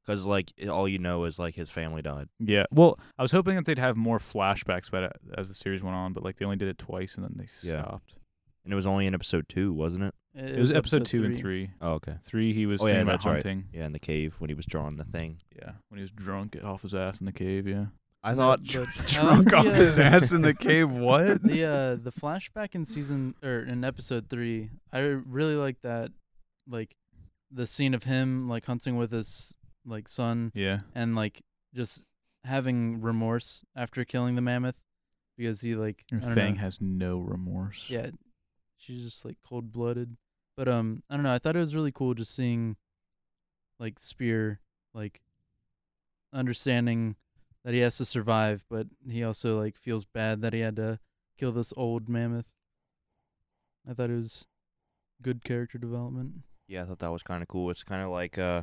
Speaker 1: because like it- all you know is like his family died.
Speaker 3: yeah. Well, I was hoping that they'd have more flashbacks, but as the series went on, but like they only did it twice and then they
Speaker 1: Yeah.
Speaker 3: stopped.
Speaker 1: And it was only in episode two, wasn't it?
Speaker 3: It, was, episode, two and three.
Speaker 1: Oh, okay.
Speaker 3: Three, he was
Speaker 1: Oh, yeah,
Speaker 3: thinking about
Speaker 1: that's right.
Speaker 3: hunting.
Speaker 1: Yeah, in the cave when he was drawing the thing.
Speaker 3: Yeah, when he was drunk off his ass in the cave. Yeah,
Speaker 1: I thought
Speaker 6: but-
Speaker 4: Drunk
Speaker 2: Oh,
Speaker 4: off his
Speaker 2: yeah.
Speaker 4: ass in the cave. What?
Speaker 2: the uh the flashback in season or in episode three, I really like that, like the scene of him like hunting with his like son
Speaker 3: Yeah.
Speaker 2: and like just having remorse after killing the mammoth because he like I
Speaker 3: And
Speaker 2: don't
Speaker 3: Fang
Speaker 2: know.
Speaker 3: has no remorse.
Speaker 2: yeah she's just like cold blooded but um I don't know I thought it was really cool just seeing like Spear like understanding that he has to survive but he also like feels bad that he had to kill this old mammoth I thought it was good character development
Speaker 1: yeah, I thought that was kind of cool. It's kind of like uh,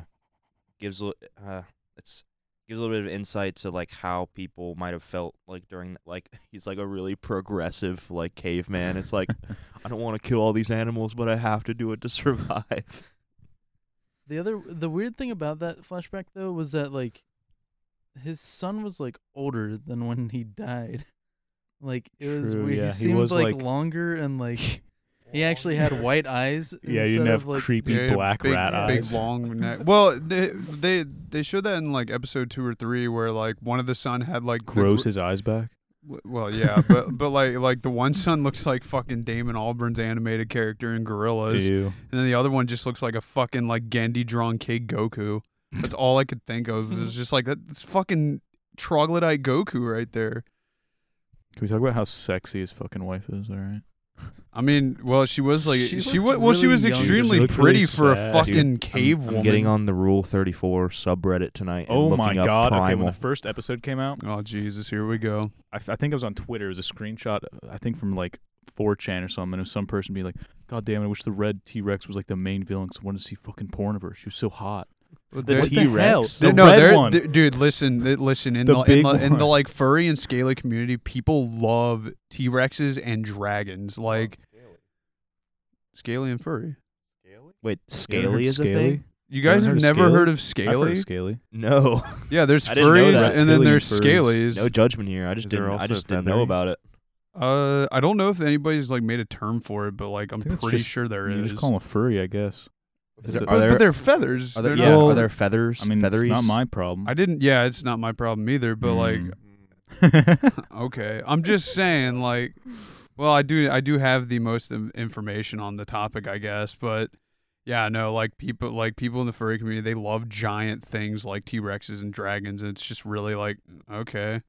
Speaker 1: gives a li- uh, it's gives a little bit of insight to like how people might have felt like during th- like he's like a really progressive like caveman. It's like I don't want to kill all these animals, but I have to do it to survive.
Speaker 2: The other the weird thing about that flashback though was that like his son was like older than when he died. Like it was
Speaker 3: True,
Speaker 2: weird.
Speaker 3: yeah,
Speaker 2: He
Speaker 3: he
Speaker 2: seemed
Speaker 3: was,
Speaker 2: like,
Speaker 3: like-
Speaker 2: longer and like he actually had white eyes.
Speaker 3: Yeah, you
Speaker 2: instead
Speaker 3: didn't
Speaker 2: of,
Speaker 3: have
Speaker 2: like,
Speaker 3: creepy
Speaker 4: Yeah,
Speaker 3: black
Speaker 4: big,
Speaker 3: rat
Speaker 4: big
Speaker 3: eyes.
Speaker 4: long neck. Well, they they they showed that in like episode two or three, where like one of the son had like the gr-
Speaker 3: Grows his eyes back.
Speaker 4: w- well, yeah, but but like like the one son looks like fucking Damon Albarn's animated character in Gorillas,
Speaker 3: Ew.
Speaker 4: and then the other one just looks like a fucking like Gandhi drawn Kid Goku. That's all I could think of. It was just like that- that's fucking troglodyte Goku right there.
Speaker 3: Can we talk about how sexy his fucking wife is? All right.
Speaker 4: I mean, well, she was like
Speaker 2: She
Speaker 4: she,
Speaker 2: looked
Speaker 4: was well, she
Speaker 2: really
Speaker 4: was
Speaker 2: young. She
Speaker 4: extremely
Speaker 3: looked really
Speaker 4: pretty for a
Speaker 3: sad, dude.
Speaker 4: fucking cave
Speaker 1: I'm,
Speaker 4: woman.
Speaker 1: I'm getting on the Rule Thirty Four subreddit tonight. and
Speaker 3: Oh my
Speaker 1: looking up
Speaker 3: god. Okay, when
Speaker 1: Primal.
Speaker 3: the first episode came out,
Speaker 4: Oh Jesus, here we go.
Speaker 3: I, f- I think I was on Twitter. It was a screenshot, I think from like 4chan or something. And it was some person being like, God damn it, I wish the red T Rex was like the main villain because I wanted to see fucking porn of her. She was so hot.
Speaker 4: There-
Speaker 3: What the hell?
Speaker 1: T-Rex?
Speaker 3: The
Speaker 4: Dude, no,
Speaker 3: red
Speaker 4: they're-
Speaker 3: one.
Speaker 4: they're- dude. Listen, th- listen. In
Speaker 3: The
Speaker 4: the, in,
Speaker 3: big
Speaker 4: the in the
Speaker 3: one.
Speaker 4: like furry and scaly community, people love T Rexes and dragons. Like scaly and furry.
Speaker 1: Wait,
Speaker 3: You ever
Speaker 1: Scaly
Speaker 3: heard
Speaker 1: is a
Speaker 3: Scaly?
Speaker 1: thing?
Speaker 4: You
Speaker 3: ever
Speaker 4: guys
Speaker 3: heard
Speaker 4: have
Speaker 3: of
Speaker 4: never
Speaker 3: scaly?
Speaker 4: heard of
Speaker 3: I've heard of
Speaker 4: scaly?
Speaker 3: scaly.
Speaker 1: No,
Speaker 4: Yeah, there's
Speaker 1: I didn't know
Speaker 4: furries
Speaker 1: that.
Speaker 4: and then
Speaker 3: Reptilian
Speaker 4: there's
Speaker 3: furries.
Speaker 4: scalies.
Speaker 1: no judgment here. I just
Speaker 7: Is there
Speaker 1: didn't. I
Speaker 7: also
Speaker 1: just didn't know
Speaker 7: feathery?
Speaker 1: about it.
Speaker 4: uh, I don't know if anybody's like made a term for it, but like I'm
Speaker 3: think it's
Speaker 4: pretty
Speaker 3: just-
Speaker 4: sure there
Speaker 3: You
Speaker 4: is.
Speaker 3: just call him a furry, I guess.
Speaker 1: Is
Speaker 3: It's
Speaker 1: there-
Speaker 3: a-
Speaker 1: are
Speaker 4: but,
Speaker 1: there-
Speaker 4: but they're feathers.
Speaker 1: Are there,
Speaker 4: They're
Speaker 1: yeah,
Speaker 4: not-
Speaker 1: are
Speaker 3: Well,
Speaker 1: there feathers?
Speaker 3: I mean,
Speaker 1: featheries?
Speaker 3: it's not my problem.
Speaker 4: I didn't. Yeah, it's not my problem either. But like,
Speaker 3: Mm.
Speaker 1: Mm.
Speaker 4: Okay, I'm just saying, like, well, I do, I do have the most in- information on the topic, I guess, but yeah, no, like people, like people in the furry community, they love giant things like T Rexes and dragons, and it's just really like, okay,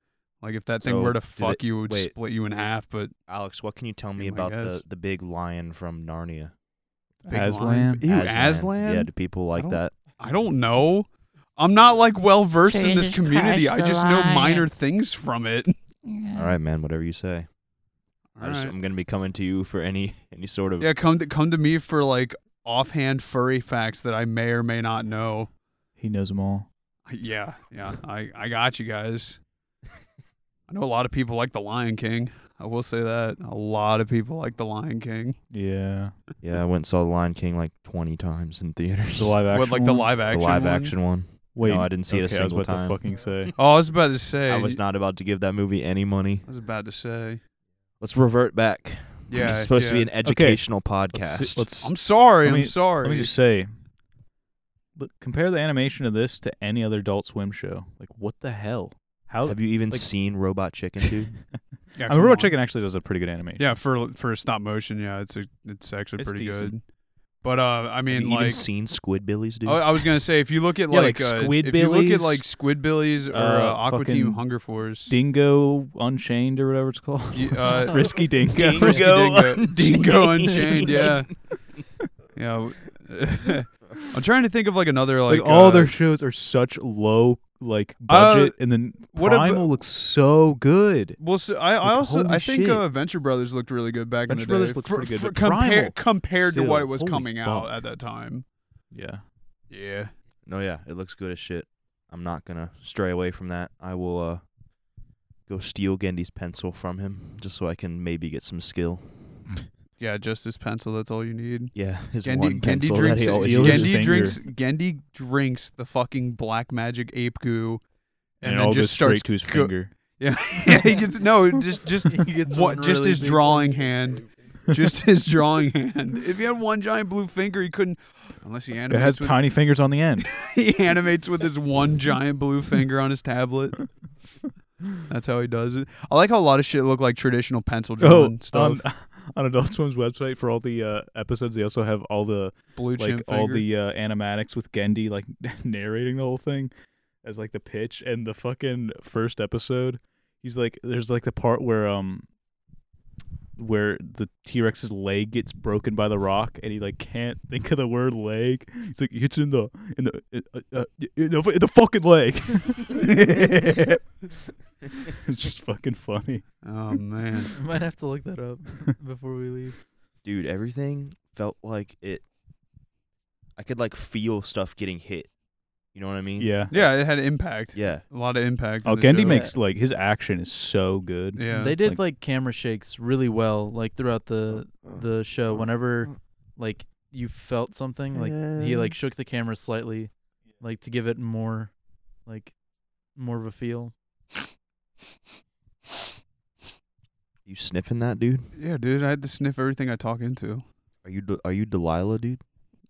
Speaker 4: like if that thing
Speaker 1: So,
Speaker 4: were to
Speaker 1: did
Speaker 4: fuck
Speaker 1: it-
Speaker 4: you, it would
Speaker 1: wait.
Speaker 4: split you in half. But
Speaker 1: Alex, what can you tell me
Speaker 4: Yeah, my
Speaker 1: about the,
Speaker 4: guess.
Speaker 1: the big lion from Narnia?
Speaker 4: big
Speaker 3: Aslan?
Speaker 4: lion- ew, Aslan,
Speaker 1: Yeah, do people like
Speaker 4: I don't-
Speaker 1: that?
Speaker 4: I don't know. I'm not like well versed in this
Speaker 9: Jesus
Speaker 4: community.
Speaker 9: Christ,
Speaker 4: I just
Speaker 9: the
Speaker 4: know
Speaker 9: lion.
Speaker 4: minor things from it.
Speaker 1: All right, man. Whatever you say. I
Speaker 4: All
Speaker 1: just,
Speaker 4: right.
Speaker 1: I'm gonna be coming to you for any any sort of.
Speaker 4: Yeah, come to come to me for like offhand furry facts that I may or may not know.
Speaker 3: He knows them all.
Speaker 4: Yeah, yeah. I, I got you guys. I know a lot of people like The Lion King. I will say that. A lot of people like The Lion King.
Speaker 3: Yeah.
Speaker 1: Yeah, I went and saw The Lion King like 20 times in theaters.
Speaker 3: The live action.
Speaker 4: What, like the
Speaker 3: one?
Speaker 4: live
Speaker 1: The
Speaker 4: action?
Speaker 1: live
Speaker 4: one?
Speaker 1: action one.
Speaker 3: Wait,
Speaker 1: No, I didn't see it a
Speaker 3: okay, I was
Speaker 1: single
Speaker 3: about
Speaker 1: time.
Speaker 3: to fucking say.
Speaker 4: Oh, I was about to say.
Speaker 1: I was not about to give that movie any money.
Speaker 4: I was about to say.
Speaker 1: Let's revert back.
Speaker 4: Yeah.
Speaker 1: it's supposed to be
Speaker 4: yeah.
Speaker 1: an educational podcast.
Speaker 3: Let's, let's
Speaker 4: I'm sorry.
Speaker 3: Let me-
Speaker 4: I'm sorry.
Speaker 3: Let me just say, but compare the animation of this to any other Adult Swim show. Like, what the hell? How?
Speaker 1: Have you even
Speaker 3: like-
Speaker 1: seen Robot Chicken, dude?
Speaker 4: yeah,
Speaker 3: I mean, Robot
Speaker 4: come on.
Speaker 3: Chicken actually does a pretty good animation.
Speaker 4: Yeah, for for stop motion, yeah, it's a, it's actually
Speaker 3: It's
Speaker 4: pretty
Speaker 3: decent.
Speaker 4: good. But uh, I
Speaker 1: Have
Speaker 4: mean,
Speaker 1: you even
Speaker 4: like, Oh,
Speaker 1: seen Squidbillies, dude?
Speaker 4: I, I was gonna say, if you look at
Speaker 3: Yeah,
Speaker 4: like,
Speaker 3: like
Speaker 4: uh, if you look
Speaker 3: Squidbillies,
Speaker 4: at like Squidbillies or
Speaker 3: uh,
Speaker 4: uh, Aqua Team
Speaker 3: fucking
Speaker 4: Hunger Force,
Speaker 3: Dingo Unchained or whatever it's called.
Speaker 4: you- uh,
Speaker 3: Risky Dingo.
Speaker 4: Yeah, Frisky
Speaker 1: Dingo
Speaker 4: Dingo, Dingo Unchained.
Speaker 1: Unchained.
Speaker 4: Yeah, yeah. w- I'm trying to think of like another like,
Speaker 3: Like, all
Speaker 4: uh,
Speaker 3: their shows are such low like
Speaker 4: Uh,
Speaker 3: budget, and then
Speaker 4: what ab-
Speaker 3: Primal looks so good.
Speaker 4: Well, so I, I
Speaker 3: like,
Speaker 4: also
Speaker 3: holy
Speaker 4: I think
Speaker 3: shit.
Speaker 4: uh, Venture Brothers looked really good back
Speaker 3: Venture
Speaker 4: in the day.
Speaker 3: Brothers looked
Speaker 4: For-
Speaker 3: pretty good,
Speaker 4: for-
Speaker 3: but
Speaker 4: compare,
Speaker 3: Primal,
Speaker 4: compared to what
Speaker 3: still,
Speaker 4: was
Speaker 3: holy
Speaker 4: coming out
Speaker 3: fuck.
Speaker 4: at that time.
Speaker 3: Yeah.
Speaker 4: Yeah.
Speaker 1: No, yeah, it looks good as shit. I'm not gonna stray away from that. I will uh go steal Gendy's pencil from him just so I can maybe get some skill.
Speaker 4: Yeah, just this pencil. That's all you need.
Speaker 1: Yeah, his
Speaker 4: Gendy,
Speaker 1: one
Speaker 4: Gendy
Speaker 1: pencil that
Speaker 4: drinks.
Speaker 1: he
Speaker 4: his-
Speaker 1: always
Speaker 3: steals
Speaker 1: uses.
Speaker 3: his
Speaker 4: Gendy
Speaker 3: finger.
Speaker 4: drinks. Gendy drinks the fucking black magic ape goo, and,
Speaker 3: it
Speaker 4: then
Speaker 3: all goes
Speaker 4: just starts
Speaker 3: straight to his
Speaker 4: go-
Speaker 3: finger.
Speaker 4: Yeah, he gets no. Just just
Speaker 2: gets
Speaker 4: what?
Speaker 2: one
Speaker 4: just
Speaker 2: really
Speaker 4: his
Speaker 2: big
Speaker 4: drawing hand. just his drawing hand. If he had one giant blue finger, he couldn't. Unless he
Speaker 3: It
Speaker 4: animates.
Speaker 3: has
Speaker 4: with,
Speaker 3: tiny fingers on the end.
Speaker 4: He animates with his one giant blue finger on his tablet. That's how he does it. I like how a lot of shit look like traditional pencil drawing stuff.
Speaker 3: Oh, on, on Adult Swim's website for all the uh, episodes, they also have all the
Speaker 4: Blue chimp
Speaker 3: like all
Speaker 4: finger.
Speaker 3: the uh, animatics with Gendy like narrating the whole thing as like the pitch and the fucking first episode. He's like, there's like the part where um where the T Rex's leg gets broken by the rock and he like can't think of the word leg. He's like, it's in the in the uh, uh, in the, in the fucking leg. it's just fucking funny.
Speaker 4: oh man.
Speaker 2: I might have to look that up before we leave.
Speaker 1: dude, everything felt like it. I could like feel stuff getting hit. You know what I mean?
Speaker 3: Yeah.
Speaker 4: Yeah, it had impact.
Speaker 1: Yeah.
Speaker 4: A lot of impact.
Speaker 3: Oh,
Speaker 4: in the
Speaker 3: Gendy
Speaker 4: show.
Speaker 3: makes like his action is so good.
Speaker 4: Yeah.
Speaker 2: They did
Speaker 3: Like-
Speaker 2: like, camera shakes really well, like throughout the the
Speaker 1: uh,
Speaker 2: show. Whenever like you felt something, like he like shook the camera slightly, like to give it more, like more of a feel.
Speaker 1: You sniffing that, dude?
Speaker 4: yeah, dude. I had to sniff everything I talk into.
Speaker 1: Are you De- are you Delilah, dude?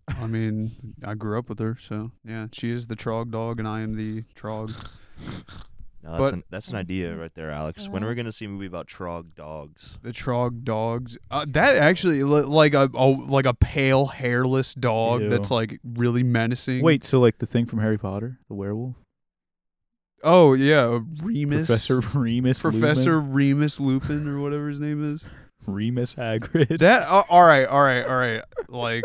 Speaker 4: I mean, I grew up with her, so yeah. She is the trog dog, and I am the trog.
Speaker 1: No, that's
Speaker 4: But-
Speaker 1: an that's an idea right there, Alex. When are
Speaker 4: Uh-huh.
Speaker 1: we gonna see a movie about trog dogs?
Speaker 4: The trog dogs. Uh, that actually li- like a, a like a pale hairless dog
Speaker 3: Ew.
Speaker 4: that's like really menacing.
Speaker 3: Wait, so like the thing from Harry Potter, the werewolf?
Speaker 4: Oh yeah, Remus.
Speaker 3: Professor Remus.
Speaker 4: Professor Remus Lupin or whatever his name is.
Speaker 3: Lupin? Remus Hagrid.
Speaker 4: That uh, all right, all right, all right. Like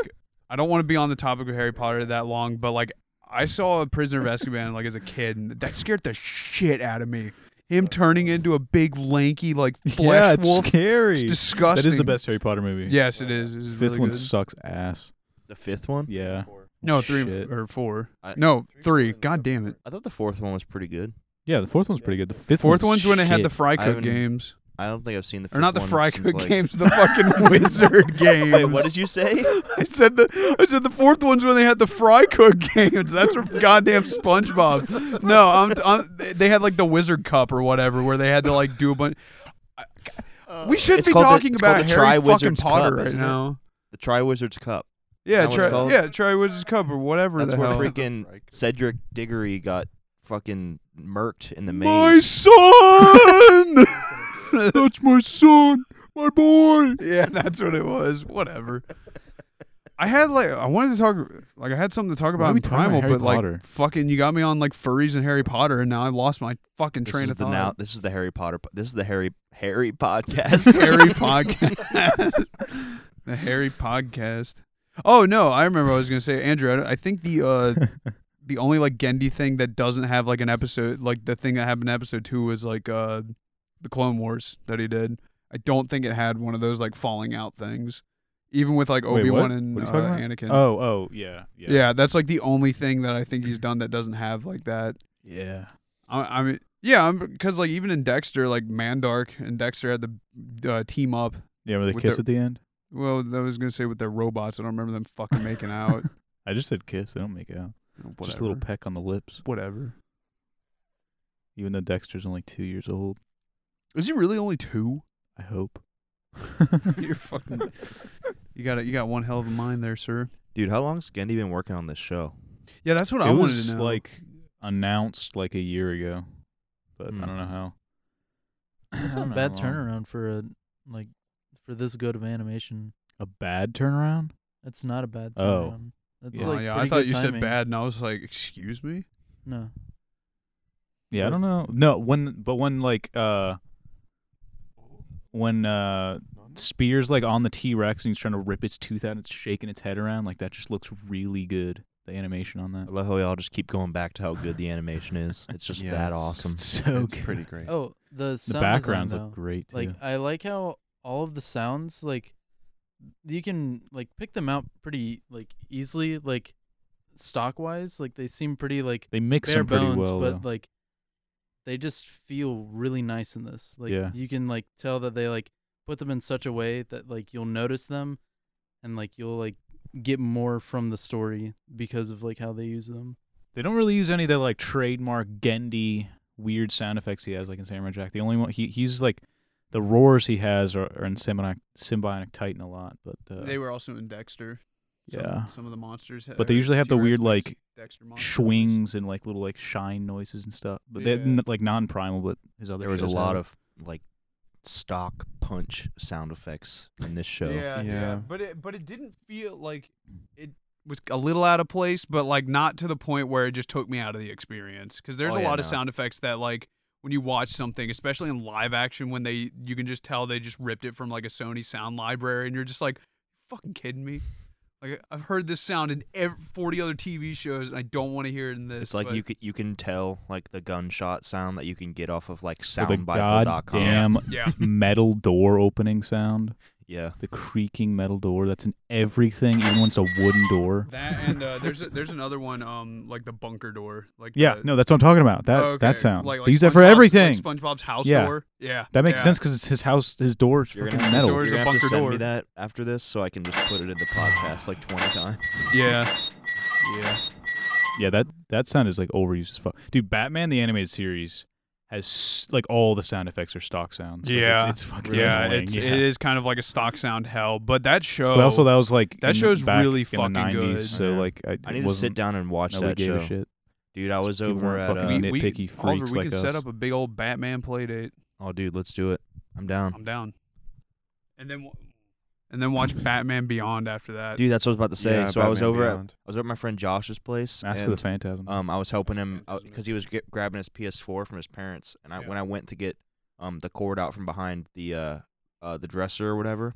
Speaker 4: I don't want to be on the topic of Harry Potter that long, but like I saw a Prisoner of Azkaban like as a kid, and that scared the shit out of me. Him turning into a big lanky like flesh
Speaker 3: yeah, it's
Speaker 4: wolf.
Speaker 3: scary.
Speaker 4: It's disgusting.
Speaker 3: that is the best Harry Potter movie.
Speaker 4: Yes, it is. It's
Speaker 3: Fifth
Speaker 4: really
Speaker 3: one
Speaker 4: good.
Speaker 3: sucks ass.
Speaker 1: The fifth one?
Speaker 3: Yeah.
Speaker 4: No, three and
Speaker 3: Shit.
Speaker 4: f- or four.
Speaker 1: I-
Speaker 4: no, three. God damn it.
Speaker 1: I thought the fourth one was pretty good.
Speaker 3: Yeah, the fourth one's pretty good. The fifth
Speaker 4: Fourth
Speaker 3: one's
Speaker 4: one's when it had the
Speaker 3: shit.
Speaker 4: fry
Speaker 1: I
Speaker 4: cook
Speaker 1: haven't-
Speaker 4: games,
Speaker 1: I don't think I've seen the fifth
Speaker 4: or not the
Speaker 1: one
Speaker 4: fry
Speaker 1: since,
Speaker 4: cook
Speaker 1: like-
Speaker 4: games, the fucking wizard games.
Speaker 1: Wait, what did you say?
Speaker 4: I said the I said the fourth one's when they had the fry cook games. That's from goddamn SpongeBob. No, I'm, I'm they had like the Wizard Cup or whatever, where they had to like do a bunch. We should
Speaker 1: Uh, It's
Speaker 4: be
Speaker 1: called the-
Speaker 4: talking
Speaker 1: it's called
Speaker 4: about
Speaker 1: the
Speaker 4: Harry fucking
Speaker 1: Tri-Wizards
Speaker 4: Potter
Speaker 1: Cup,
Speaker 4: right
Speaker 1: isn't it?
Speaker 4: now.
Speaker 1: the Tri Wizards Cup.
Speaker 4: Yeah,
Speaker 1: Is that what it's
Speaker 4: try,
Speaker 1: called?
Speaker 4: yeah, try Wizards Cup or whatever
Speaker 1: That's
Speaker 4: the
Speaker 1: where
Speaker 4: hell.
Speaker 1: freaking Cedric Diggory got fucking murked in the
Speaker 4: My
Speaker 1: maze.
Speaker 4: son. that's my son, my boy. Yeah, that's what it was. Whatever. I had like I wanted to talk like I had something to talk
Speaker 3: are
Speaker 4: about
Speaker 3: we
Speaker 4: in
Speaker 3: talking about
Speaker 4: Primal,
Speaker 3: Harry
Speaker 4: but like
Speaker 3: Potter?
Speaker 4: fucking you got me on like furries and Harry Potter, and now I lost my fucking
Speaker 1: This
Speaker 4: train
Speaker 1: is
Speaker 4: of
Speaker 1: the
Speaker 4: thought.
Speaker 1: now. This is the Harry Potter. po- This is the Harry Harry podcast.
Speaker 4: Harry podcast, the Harry podcast. Oh no, I remember what I was gonna say Andrew. I, don't- I think the uh the only like Gendy thing that doesn't have like an episode, like the thing that happened in episode two was like uh the Clone Wars that he did. I don't think it had one of those like falling out things, even with like
Speaker 3: Wait,
Speaker 4: Obi Wan
Speaker 3: what?
Speaker 4: and
Speaker 3: What
Speaker 4: uh,
Speaker 3: are you talking about?
Speaker 4: Anakin.
Speaker 3: Oh, oh, yeah,
Speaker 4: yeah.
Speaker 3: yeah,
Speaker 4: that's like the only thing that I think he's done that doesn't have like that.
Speaker 3: yeah.
Speaker 4: I, I mean, yeah, I'm because like even in Dexter, like Mandark and Dexter had the uh, team up.
Speaker 3: Yeah, where they
Speaker 4: With
Speaker 3: kiss
Speaker 4: their-
Speaker 3: at the end.
Speaker 4: Well, I was gonna say with their robots, I don't remember them fucking making out.
Speaker 3: I just said kiss. They don't make out.
Speaker 4: Whatever.
Speaker 3: Just a little peck on the lips.
Speaker 4: Whatever.
Speaker 3: Even though Dexter's only two years old,
Speaker 4: Is he really only two?
Speaker 3: I hope.
Speaker 4: You're fucking. You got it. You got one hell of a mind there, sir.
Speaker 1: Dude, how long's Gendy been working on this show?
Speaker 4: Yeah, that's what
Speaker 3: it
Speaker 4: I wanted
Speaker 3: was
Speaker 4: to know.
Speaker 3: like announced like a year ago, but
Speaker 1: Hmm.
Speaker 3: I don't know how.
Speaker 2: That's
Speaker 3: I
Speaker 2: not
Speaker 3: don't
Speaker 2: a bad
Speaker 3: know.
Speaker 2: turnaround for a like for this good of animation.
Speaker 3: A bad turnaround.
Speaker 2: That's not a bad
Speaker 3: Oh.
Speaker 2: turnaround. That's
Speaker 3: Yeah.
Speaker 4: Oh,
Speaker 2: like
Speaker 4: yeah, I
Speaker 2: pretty
Speaker 4: thought
Speaker 2: good
Speaker 4: you said
Speaker 2: timing.
Speaker 4: bad, and I was like, "Excuse me."
Speaker 2: No.
Speaker 3: Yeah, I
Speaker 2: Or-
Speaker 3: don't know. No, when but when like uh when uh Spears like on the T Rex and he's trying to rip its tooth out, and it's shaking its head around, like that just looks really good. The animation on
Speaker 1: I
Speaker 3: that.
Speaker 1: love how y'all just keep going back to how good the animation is. It's just
Speaker 7: Yeah,
Speaker 1: that
Speaker 7: it's-
Speaker 1: awesome.
Speaker 3: It's so
Speaker 7: it's
Speaker 3: good.
Speaker 7: pretty great.
Speaker 2: Oh, the
Speaker 3: The
Speaker 2: sound
Speaker 3: backgrounds
Speaker 2: design,
Speaker 3: look
Speaker 2: though.
Speaker 3: great. Too.
Speaker 2: Like I like how all of the sounds like you can like pick them out pretty like easily like stock wise like they seem pretty like
Speaker 3: they mix
Speaker 2: bare
Speaker 3: them pretty
Speaker 2: bones
Speaker 3: well.
Speaker 2: but
Speaker 3: though.
Speaker 2: like they just feel really nice in this like
Speaker 3: Yeah.
Speaker 2: you can like tell that they like put them in such a way that like you'll notice them and like you'll like get more from the story because of like how they use them
Speaker 3: they don't really use any of the like trademark Gendy weird sound effects he has, like in Samurai Jack. The only one he he uses like the roars he has are, are in Symbionic Symbionic Titan a lot, but uh,
Speaker 4: They were also in Dexter, Some,
Speaker 3: Yeah.
Speaker 4: Some of the monsters. ha-
Speaker 3: But they
Speaker 4: or
Speaker 3: usually have the weird,
Speaker 4: T-Rex
Speaker 3: like,
Speaker 4: Dexter monster movies.
Speaker 3: swings and like little like shine noises and stuff. But they
Speaker 4: Yeah.
Speaker 3: like non primal, but his other
Speaker 1: There was a
Speaker 3: shows
Speaker 1: lot
Speaker 3: had.
Speaker 1: of like stock punch sound effects in this show.
Speaker 4: Yeah, yeah,
Speaker 7: Yeah.
Speaker 4: But it but it didn't feel like it was a little out of place, but like not to the point where it just took me out of the experience. Because there's
Speaker 1: Oh,
Speaker 4: a
Speaker 1: yeah,
Speaker 4: lot of
Speaker 1: no.
Speaker 4: sound effects that like when you watch something, especially in live action, when they you can just tell they just ripped it from like a Sony sound library, and you're just like, fucking kidding me. Like I've heard this sound in ev 40 other TV shows, and I don't want to hear it in this.
Speaker 1: It's like
Speaker 4: but-
Speaker 1: you can, you can tell like the gunshot sound that you can get off of like
Speaker 3: With a
Speaker 1: soundbible.com.
Speaker 3: goddamn
Speaker 4: Yeah.
Speaker 3: metal door opening sound.
Speaker 1: Yeah.
Speaker 3: The creaking metal door that's in everything, even when it's a wooden door.
Speaker 4: That and uh, there's a, there's another one, um, like the bunker door, like
Speaker 3: Yeah,
Speaker 4: the-
Speaker 3: no, that's what I'm talking about. That
Speaker 4: Oh, uh, okay.
Speaker 3: that sound.
Speaker 4: Like, like
Speaker 3: they use that for
Speaker 4: SpongeBob's- like
Speaker 3: everything.
Speaker 4: SpongeBob's house
Speaker 3: Yeah.
Speaker 4: door. Yeah,
Speaker 3: that makes
Speaker 4: yeah.
Speaker 3: sense because it's his house, his door's
Speaker 1: You're
Speaker 3: fucking
Speaker 1: gonna have,
Speaker 3: metal.
Speaker 1: to,
Speaker 4: Doors
Speaker 1: you're
Speaker 4: are
Speaker 1: gonna have to
Speaker 4: bunker
Speaker 1: send
Speaker 4: door.
Speaker 1: me that after this so I can just put it in the podcast like 20 times.
Speaker 4: Yeah, yeah.
Speaker 3: Yeah, that that sound is like overused as fuck. Dude, Batman the animated series has s- like all the sound effects are stock sounds. Like, it's-
Speaker 4: Yeah.
Speaker 3: it's, fucking
Speaker 4: yeah,
Speaker 3: annoying.
Speaker 4: it's
Speaker 3: yeah.
Speaker 4: it is kind of like a stock sound hell, but that show.
Speaker 3: But also, that was like
Speaker 4: That
Speaker 3: in-
Speaker 4: show's
Speaker 3: back
Speaker 4: really
Speaker 3: in the
Speaker 4: fucking
Speaker 3: 90s,
Speaker 4: good.
Speaker 3: So
Speaker 1: Yeah.
Speaker 3: like, I,
Speaker 1: I need to sit down and watch
Speaker 3: Nobody
Speaker 1: that
Speaker 3: gave
Speaker 1: show.
Speaker 3: a shit.
Speaker 1: Dude, I was
Speaker 3: People
Speaker 1: over
Speaker 3: weren't
Speaker 1: at
Speaker 3: fucking
Speaker 1: uh,
Speaker 3: nitpicky freaks
Speaker 4: Oliver, we
Speaker 3: like
Speaker 4: can set
Speaker 3: us.
Speaker 4: up a big old Batman playdate.
Speaker 1: Oh dude, let's do it. I'm down.
Speaker 3: Hmm.
Speaker 4: I'm down. And then, wa- and then watch Batman Beyond after that.
Speaker 1: Dude, that's what I was about to say.
Speaker 7: Yeah,
Speaker 1: so I was
Speaker 7: Batman
Speaker 1: over at
Speaker 7: Beyond.
Speaker 1: I was over at my friend Josh's place
Speaker 3: Mask
Speaker 1: and
Speaker 3: of the Phantasm.
Speaker 1: um I was helping him
Speaker 4: Mm-hmm. That's amazing.
Speaker 1: because he was g- grabbing his PS4 from his parents and I
Speaker 4: Yeah.
Speaker 1: when I went to get um the cord out from behind the uh uh the dresser or whatever,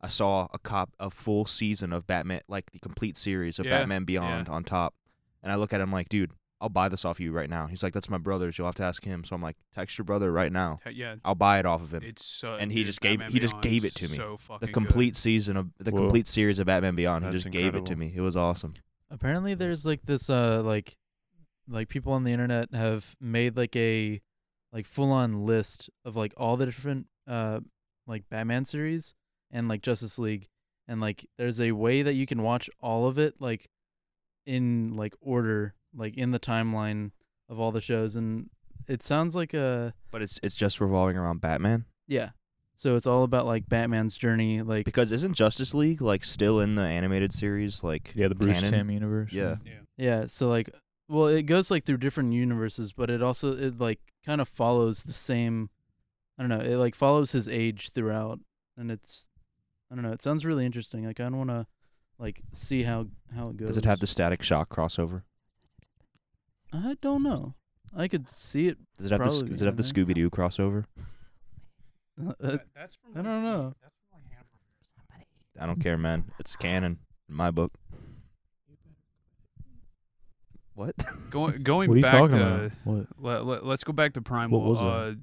Speaker 1: I saw a cop a full season of Batman like the complete series of
Speaker 4: Yeah,
Speaker 1: Batman Beyond on top. And I look at him like, "Dude, I'll buy this off you right now." He's like, "That's my brother's. You'll have to ask him." So I'm like, "Text your brother right now.
Speaker 4: Te- yeah,
Speaker 1: I'll buy it off of him."
Speaker 4: it's so.
Speaker 1: And he
Speaker 4: dude,
Speaker 1: just gave-
Speaker 4: Batman
Speaker 1: he just
Speaker 4: Beyond
Speaker 1: gave
Speaker 4: is
Speaker 1: it to me.
Speaker 4: So fucking
Speaker 1: the
Speaker 4: good.
Speaker 1: complete season of the
Speaker 3: Whoa.
Speaker 1: complete series of Batman Beyond. he
Speaker 7: That's
Speaker 1: just gave it to
Speaker 7: incredible.
Speaker 1: me. It was awesome.
Speaker 2: Apparently, there's like this uh like like people on the internet have made like a like full on list of like all the different uh like Batman series and like Justice League and like there's a way that you can watch all of it like in like order like in the timeline of all the shows and it sounds like a
Speaker 1: But it's it's just revolving around Batman
Speaker 2: yeah so it's all about like Batman's journey like
Speaker 1: because isn't Justice League like still in the animated series? Like
Speaker 3: yeah, the Bruce
Speaker 1: canon?
Speaker 3: Tim universe.
Speaker 1: Yeah.
Speaker 2: Yeah, so like well, it goes like through different universes, but it also it like kind of follows the same I don't know, it like follows his age throughout and it's I don't know, it sounds really interesting. Like I don't want to like see how how it goes.
Speaker 1: Does it have the Static Shock crossover?
Speaker 2: I don't know. I could see it.
Speaker 1: Does it have
Speaker 2: Probably
Speaker 1: the Does it have the
Speaker 2: not.
Speaker 1: Scooby Doo crossover?
Speaker 2: Uh,
Speaker 4: that's from
Speaker 2: I don't know.
Speaker 1: I don't care, man. It's canon in my book. What?
Speaker 4: Going going
Speaker 3: What are you
Speaker 4: back
Speaker 3: talking
Speaker 4: to
Speaker 3: about? What?
Speaker 4: Let, let, us go back to Primal.
Speaker 3: was that?
Speaker 4: uh,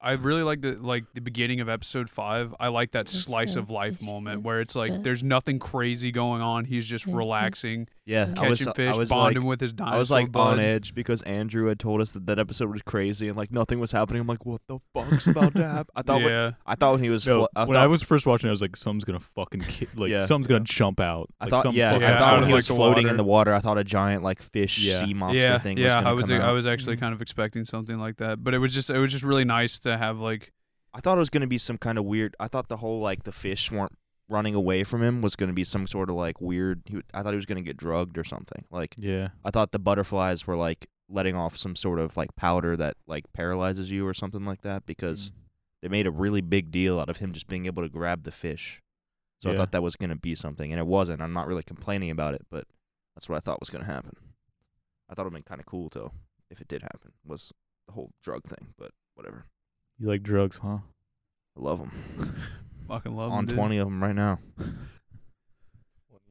Speaker 4: I really like the like the beginning of episode five. I like that slice of life moment where it's like there's nothing crazy going on. He's just relaxing,
Speaker 1: Yeah, I was,
Speaker 4: catching fish,
Speaker 1: I was
Speaker 4: bonding
Speaker 1: like,
Speaker 4: with his dinosaur
Speaker 1: I was like
Speaker 4: bud.
Speaker 1: on edge because Andrew had told us that that episode was crazy and like nothing was happening. I'm like, what the fuck's about to happen? I thought when,
Speaker 4: Yeah,
Speaker 1: I thought when he was fl- I
Speaker 3: when I
Speaker 1: thought-
Speaker 3: was first watching, I was like, "Something's gonna fucking ki- like,
Speaker 1: Yeah.
Speaker 3: something's gonna jump out."
Speaker 1: I
Speaker 3: Like,
Speaker 1: thought,
Speaker 3: something
Speaker 1: yeah,
Speaker 3: fucking
Speaker 1: I
Speaker 4: Yeah,
Speaker 1: thought
Speaker 4: out
Speaker 1: when
Speaker 4: of,
Speaker 1: he
Speaker 4: like,
Speaker 1: was
Speaker 4: the
Speaker 1: floating in
Speaker 4: water.
Speaker 1: the water, I thought a giant like fish
Speaker 3: Yeah.
Speaker 1: sea monster
Speaker 4: yeah,
Speaker 1: thing was
Speaker 4: yeah.
Speaker 1: gonna
Speaker 4: I was
Speaker 1: come
Speaker 4: I
Speaker 1: out.
Speaker 4: was actually kind of expecting something like that, but it was just it was just really nice to have like
Speaker 1: I thought it was gonna be some kind of weird. I thought the whole like the fish weren't running away from him was gonna be some sort of like weird. He, w- I thought he was gonna get drugged or something. Like
Speaker 3: yeah,
Speaker 1: I thought the butterflies were like letting off some sort of like powder that like paralyzes you or something like that
Speaker 3: Mm.
Speaker 1: because they made a really big deal out of him just being able to grab the fish. So I
Speaker 3: Yeah.
Speaker 1: thought that was gonna be something, and it wasn't. I'm not really complaining about it, but that's what I thought was gonna happen. I thought it would been kind of cool though if it did happen was the whole drug thing, but whatever.
Speaker 3: you like drugs, huh?
Speaker 1: I love them.
Speaker 4: fucking love
Speaker 1: On
Speaker 4: him, dude.
Speaker 1: 20 of them right now.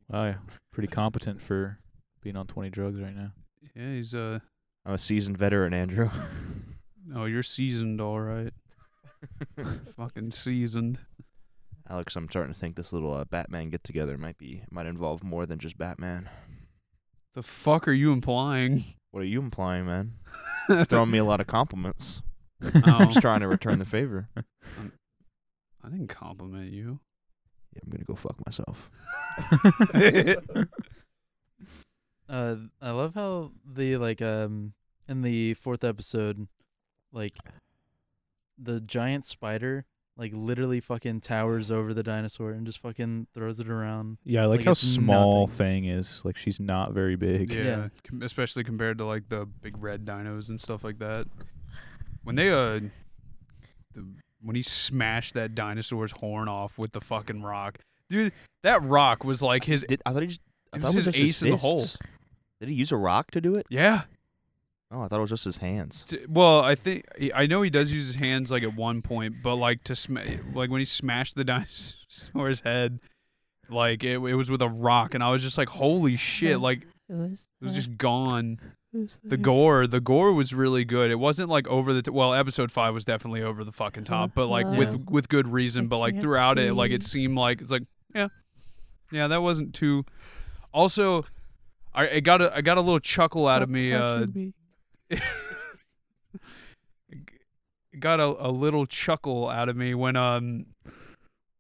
Speaker 3: Wow, yeah. pretty competent for being on twenty drugs right now.
Speaker 4: Yeah, he's uh
Speaker 1: I'm a seasoned veteran, Andrew.
Speaker 4: no, you're seasoned all right. fucking seasoned.
Speaker 1: Alex, I'm starting to think this little uh, Batman get together might be might involve more than just Batman.
Speaker 4: The fuck are you implying?
Speaker 1: What are you implying, man? Throwing me a lot of compliments.
Speaker 4: Oh.
Speaker 1: I'm just trying to return the favor.
Speaker 4: I didn't compliment you.
Speaker 1: Yeah, I'm gonna go fuck myself.
Speaker 2: uh I love how the like um in the fourth episode like the giant spider like literally fucking towers over the dinosaur and just fucking throws it around.
Speaker 3: Yeah, I like,
Speaker 2: Like,
Speaker 3: how
Speaker 2: it's
Speaker 3: small
Speaker 2: nothing.
Speaker 3: Fang is. Like she's not very big.
Speaker 4: Yeah,
Speaker 2: Yeah.
Speaker 4: com- especially compared to like the big red dinos and stuff like that. When they uh, the, when he smashed that dinosaur's horn off with the fucking rock, dude, that rock was like his.
Speaker 1: Did, I thought he just. I
Speaker 4: It
Speaker 1: thought
Speaker 4: was
Speaker 1: it was
Speaker 4: his
Speaker 1: just
Speaker 4: ace in the hole.
Speaker 1: fists. Did he use a rock to do it?
Speaker 4: Yeah.
Speaker 1: Oh, I thought it was just his hands.
Speaker 4: T- Well, I think I know he does use his hands like at one point, but like to sma- like when he smashed the dinosaur's head, like it, it was with a rock, and I was just like, "Holy shit!" Like it was just gone. The gore, the gore was really good. It wasn't like over the t- well. Episode five was definitely over the fucking top, but like
Speaker 2: Yeah.
Speaker 4: with with good reason. But like throughout it, like it seemed like it's like yeah, yeah, that wasn't too. Also, I it got a I got a little chuckle out of me. Uh, It got a, a little chuckle out of me when um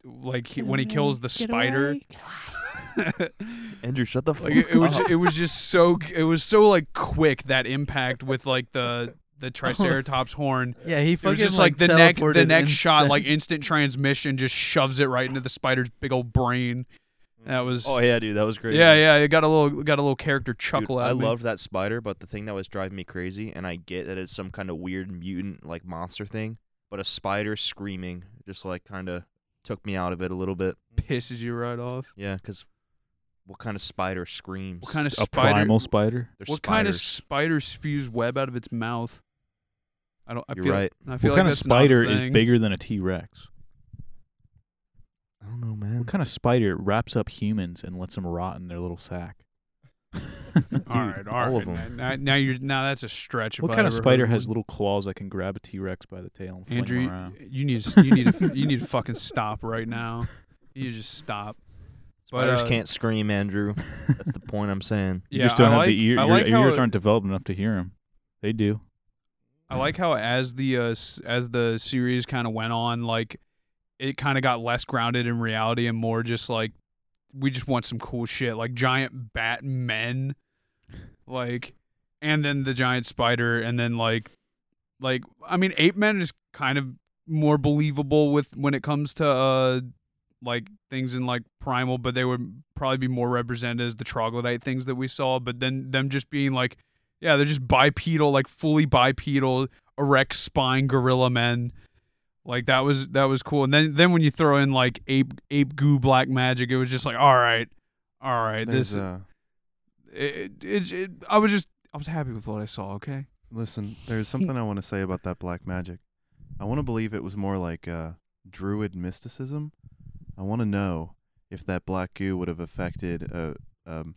Speaker 4: like he, when he kills the spider
Speaker 1: Andrew, shut the fuck
Speaker 4: like it, it was
Speaker 1: up.
Speaker 4: it was just so it was so like quick that impact with like the the triceratops horn
Speaker 2: Yeah, he
Speaker 4: it
Speaker 2: fucking
Speaker 4: was just like the next the
Speaker 2: teleported
Speaker 4: next shot
Speaker 2: instant.
Speaker 4: like instant transmission just shoves it right into the spider's big old brain that was
Speaker 1: oh yeah, dude, that was great.
Speaker 4: yeah yeah it got a little got a little character
Speaker 1: Dude,
Speaker 4: chuckle out
Speaker 1: I
Speaker 4: of me.
Speaker 1: loved that spider, but the thing that was driving me crazy, and I get that it's some kind of weird mutant like monster thing, but a spider screaming just like kind of took me out of it a little bit.
Speaker 4: pisses you right off
Speaker 1: Yeah, because what kind of spider screams?
Speaker 4: what kind of
Speaker 3: A
Speaker 4: spider
Speaker 3: primal spider.
Speaker 1: They're
Speaker 4: what kind of
Speaker 1: spiders.
Speaker 4: spider spews web out of its mouth? I don't. I
Speaker 1: You're
Speaker 4: feel
Speaker 1: right.
Speaker 4: I feel
Speaker 3: What
Speaker 4: like
Speaker 3: kind of
Speaker 4: that's not a
Speaker 3: spider is
Speaker 4: thing.
Speaker 3: bigger than a T Rex?
Speaker 1: I don't know, man.
Speaker 3: What kind of spider wraps up humans and lets them rot in their little sack?
Speaker 4: All right, all right.
Speaker 1: all of them.
Speaker 4: Now, now you're now that's a stretch. if
Speaker 3: What
Speaker 4: I
Speaker 3: kind of
Speaker 4: ever
Speaker 3: spider
Speaker 4: heard
Speaker 3: has
Speaker 4: one.
Speaker 3: little claws that can grab a T Rex by the tail and fling
Speaker 4: Andrew,
Speaker 3: him
Speaker 4: you,
Speaker 3: around?
Speaker 4: you need to, you need to, you need to fucking stop right now. You just stop. But,
Speaker 1: Spiders
Speaker 4: uh,
Speaker 1: can't scream, Andrew. That's the point I'm saying.
Speaker 3: You
Speaker 4: yeah,
Speaker 3: just don't
Speaker 4: I
Speaker 3: have
Speaker 4: like,
Speaker 3: the ear.
Speaker 4: I
Speaker 3: Your
Speaker 4: like how
Speaker 3: ears
Speaker 4: it-
Speaker 3: aren't developed enough to hear them. They do.
Speaker 4: I like how as the uh, s- as the series kind of went on, like it kind of got less grounded in reality and more just like we just want some cool shit, like giant bat men, like, and then the giant spider, and then like, like I mean, ape men is kind of more believable with when it comes to uh like things in like primal, but they would probably be more represented as the troglodyte things that we saw. But then them just being like, yeah, they're just bipedal, like fully bipedal, erect spine gorilla men. Like that was that was cool. And then then when you throw in like ape ape goo black magic, it was just like all right, all right.
Speaker 7: There's,
Speaker 4: this
Speaker 7: uh,
Speaker 4: it, it, it, I was just I was happy with what I saw. Okay.
Speaker 7: listen, there's something I want to say about that black magic. I want to believe it was more like uh, druid mysticism. I want to know if that black goo would have affected a, um,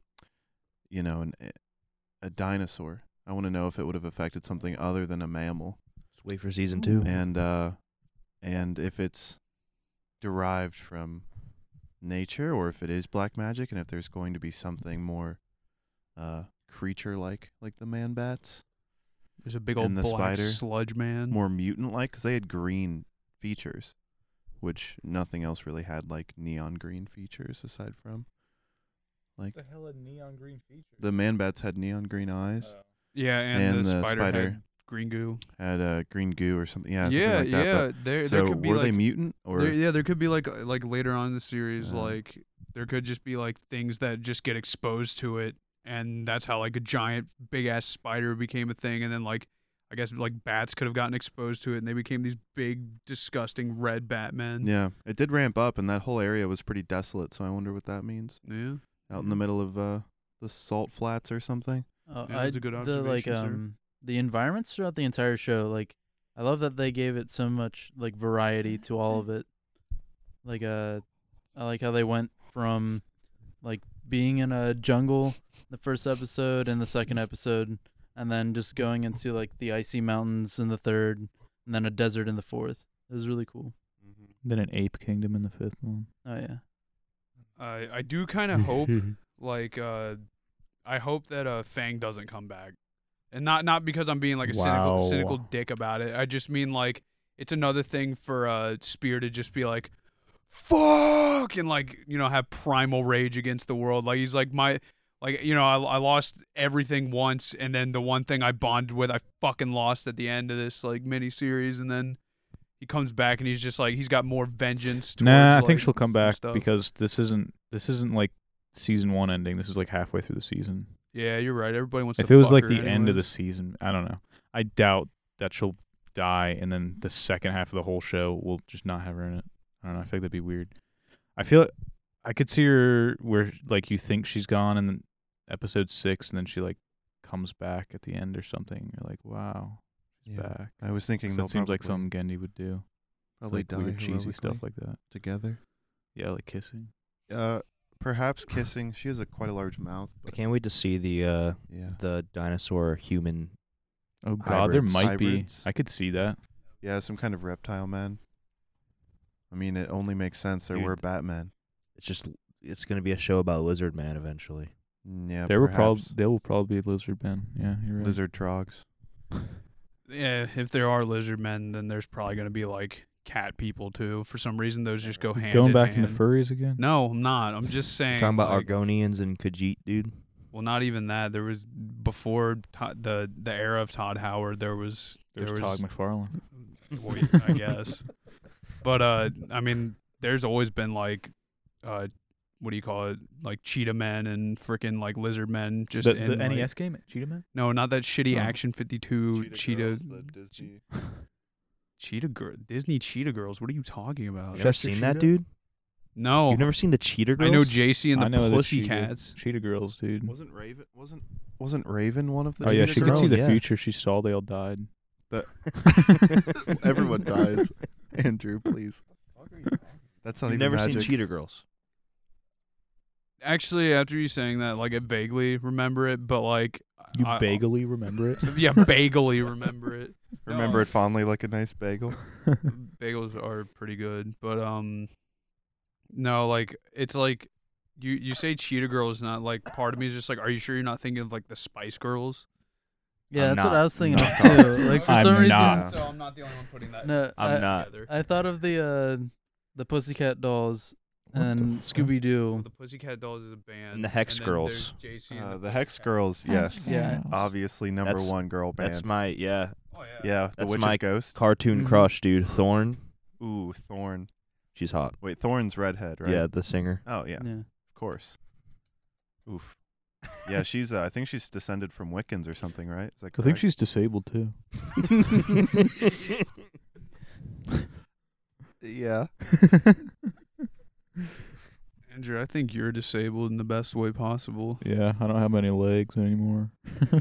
Speaker 7: you know, an, eh, a dinosaur. I want to know if it would have affected something other than a mammal.
Speaker 1: Just wait for season two.
Speaker 7: and uh and if it's derived from nature or if it is black magic and if there's going to be something more uh creature like like the man bats
Speaker 4: There's a big
Speaker 7: And
Speaker 4: old
Speaker 7: the
Speaker 4: black
Speaker 7: spider.
Speaker 4: sludge man.
Speaker 7: more mutant like cuz they had green features which nothing else really had like neon green features aside from like
Speaker 3: The hell a neon green feature. Uh,
Speaker 7: the man bats had neon green eyes
Speaker 4: yeah, Uh, and,
Speaker 7: and
Speaker 4: the,
Speaker 7: the
Speaker 4: spider,
Speaker 7: spider.
Speaker 4: had green goo.
Speaker 7: had uh green goo or something yeah something
Speaker 4: yeah,
Speaker 7: like that,
Speaker 4: yeah.
Speaker 7: but-
Speaker 4: there,
Speaker 7: so
Speaker 4: there could be
Speaker 7: were
Speaker 4: like
Speaker 7: they mutant or
Speaker 4: there- yeah, there could be like like later on in the series,
Speaker 7: Uh.
Speaker 4: like there could just be like things that just get exposed to it, and that's how like a giant big ass spider became a thing, and then like I guess like bats could have gotten exposed to it, and they became these big disgusting red Batmen.
Speaker 7: Yeah, it did ramp up, and that whole area was pretty desolate. So I wonder what that means.
Speaker 4: yeah.
Speaker 7: Out
Speaker 4: Mm.
Speaker 7: in the middle of uh, the salt flats or something.
Speaker 2: Uh,
Speaker 4: Yeah, that's
Speaker 2: I-
Speaker 4: a good
Speaker 2: the, like
Speaker 4: observation, sir.
Speaker 2: um the environments throughout the entire show, like I love that they gave it so much like variety to all of it. Like uh I like how they went from like being in a jungle the first episode and the second episode and then just going into like the icy mountains in the third and then a desert in the fourth. It was really cool.
Speaker 3: Then an ape kingdom in the fifth one.
Speaker 2: Oh yeah.
Speaker 4: I I do kind of hope like uh I hope that uh Fang doesn't come back. And not not because I'm being like a
Speaker 3: Wow.
Speaker 4: cynical cynical dick about it. I just mean like it's another thing for uh Spear to just be like fuck and like you know have primal rage against the world. Like he's like my like you know I I lost everything once and then the one thing I bonded with I fucking lost at the end of this like mini series and then he comes back and he's just like he's got more vengeance. Towards,
Speaker 3: Nah, I
Speaker 4: like,
Speaker 3: think she'll come
Speaker 4: some
Speaker 3: back
Speaker 4: stuff.
Speaker 3: because this isn't this isn't like season one ending. This is like halfway through the season.
Speaker 4: yeah, you're right. Everybody wants.
Speaker 3: if
Speaker 4: to
Speaker 3: it was
Speaker 4: fuck
Speaker 3: like
Speaker 4: her
Speaker 3: the end of the
Speaker 4: anyways.
Speaker 3: season, I don't know. I doubt that she'll die, and then the second half of the whole show will just not have her in it. I don't know. I feel like that'd be weird. I feel I could see her where like you think she's gone, and then episode six, and then she like comes back at the end or something. You're like, wow, she's
Speaker 7: Yeah.
Speaker 3: back.
Speaker 7: I was thinking
Speaker 3: 'Cause
Speaker 7: they'll
Speaker 3: That seems like
Speaker 7: probably-
Speaker 3: something Gendy would do. It's,
Speaker 7: probably
Speaker 3: like
Speaker 7: die
Speaker 3: weird, cheesy stuff
Speaker 7: heroically
Speaker 3: like that.
Speaker 7: together.
Speaker 3: Yeah, like kissing.
Speaker 7: Uh, perhaps kissing. She has a quite a large mouth.
Speaker 1: I
Speaker 7: But
Speaker 1: can't wait to see the uh,
Speaker 7: yeah,
Speaker 1: the dinosaur human.
Speaker 3: Oh God, there
Speaker 1: Hybrids.
Speaker 3: might
Speaker 7: Hybrids.
Speaker 3: be. I could see that.
Speaker 7: yeah, some kind of reptile man. I mean, it only makes sense. There
Speaker 3: Dude.
Speaker 7: were Batman.
Speaker 1: It's just it's gonna be a show about Lizard Man eventually.
Speaker 7: Mm, Yeah,
Speaker 3: there were probably
Speaker 7: perhaps.
Speaker 3: there will probably be lizard men. Yeah, you're right.
Speaker 7: lizard trogs.
Speaker 4: Yeah, if there are lizard men, then there's probably gonna be like cat people too. For some reason, those just go hand
Speaker 3: Going
Speaker 4: in
Speaker 3: back into
Speaker 4: hand.
Speaker 3: furries again.
Speaker 4: No, I'm not. I'm just saying.
Speaker 1: talking about
Speaker 4: like,
Speaker 1: Argonians and Khajiit, dude.
Speaker 4: Well, not even that. There was before Todd, the the era of Todd Howard. There was
Speaker 3: There's
Speaker 4: there
Speaker 3: Todd
Speaker 4: was
Speaker 3: McFarlane.
Speaker 4: well, I guess. But uh, I mean, there's always been like, uh, what do you call it? Like cheetah men and freaking like lizard men. Just
Speaker 3: the, E
Speaker 4: in,
Speaker 3: the
Speaker 4: like-
Speaker 3: NES game, Cheetah Man.
Speaker 4: No, not that shitty
Speaker 3: Oh.
Speaker 4: Action 52 cheetah cheetah,
Speaker 7: Disney.
Speaker 4: girl Disney cheetah girls. What are you talking
Speaker 1: You
Speaker 4: about?
Speaker 1: never
Speaker 3: Chester
Speaker 1: seen that,
Speaker 3: Cheetah?
Speaker 1: dude?
Speaker 4: No,
Speaker 1: You've never seen the Cheater Girls?
Speaker 4: Oh, I know JC and
Speaker 3: I
Speaker 4: the
Speaker 3: know the
Speaker 4: Pussy
Speaker 3: Cheetah-
Speaker 4: Cats.
Speaker 3: Cheetah Girls, dude.
Speaker 7: Wasn't Raven? Wasn't wasn't Raven one of the?
Speaker 3: oh yeah,
Speaker 7: Cheetah
Speaker 3: she could
Speaker 7: Girls?
Speaker 3: see the
Speaker 1: yeah.
Speaker 3: future. She saw they all died.
Speaker 7: Everyone dies. Andrew, please. That's not
Speaker 1: You've
Speaker 7: even
Speaker 1: never seen
Speaker 7: magic.
Speaker 1: Cheater Girls.
Speaker 4: Actually, after you saying that, like I vaguely remember it, but like
Speaker 3: You
Speaker 4: I-
Speaker 3: bagely remember it?
Speaker 4: Yeah, vaguely remember it.
Speaker 7: Remember it fondly like a nice bagel.
Speaker 4: bagels are pretty good, but um, no, like it's like you you say Cheetah Girls, not like part of me is just like, are you sure you're not thinking of like the Spice Girls?
Speaker 2: Yeah,
Speaker 1: I'm
Speaker 2: that's what
Speaker 1: not-
Speaker 2: I was thinking
Speaker 7: not-
Speaker 2: of too. Like for
Speaker 3: I'm
Speaker 2: some reason,
Speaker 3: not.
Speaker 4: so I'm not the only one putting that.
Speaker 2: no,
Speaker 1: I'm
Speaker 2: I,
Speaker 1: not.
Speaker 4: together.
Speaker 2: I thought of the uh, the Pussycat Dolls
Speaker 3: What the
Speaker 2: and
Speaker 3: fuck?
Speaker 2: Scooby Doo.
Speaker 4: The Pussycat Dolls is a band,
Speaker 1: And the Hex
Speaker 4: then
Speaker 1: Girls.
Speaker 4: there's JC and
Speaker 7: Uh, the
Speaker 4: Pussycat
Speaker 7: Hex Girls,
Speaker 2: Hex
Speaker 7: yes,
Speaker 2: Yeah.
Speaker 7: obviously number
Speaker 1: That's-
Speaker 7: one girl band.
Speaker 1: That's my yeah Mm-hmm.
Speaker 4: Oh yeah.
Speaker 7: yeah, the
Speaker 1: that's
Speaker 7: Witch's
Speaker 1: my-
Speaker 7: Ghost.
Speaker 1: cartoon
Speaker 3: Mhm.
Speaker 1: crush, dude. Thorn,
Speaker 7: Ooh, Thorn.
Speaker 1: she's hot.
Speaker 7: Wait, Thorn's redhead, right?
Speaker 1: Yeah, the singer.
Speaker 7: Oh yeah,
Speaker 2: yeah.
Speaker 7: of course. Oof. Yeah, she's. Uh, I think she's descended from Wiccans or something, right? Is that
Speaker 3: I
Speaker 7: correct?
Speaker 3: think she's disabled too.
Speaker 7: Yeah.
Speaker 4: Andrew, I think you're disabled in the best way possible.
Speaker 3: yeah, I don't have many legs anymore.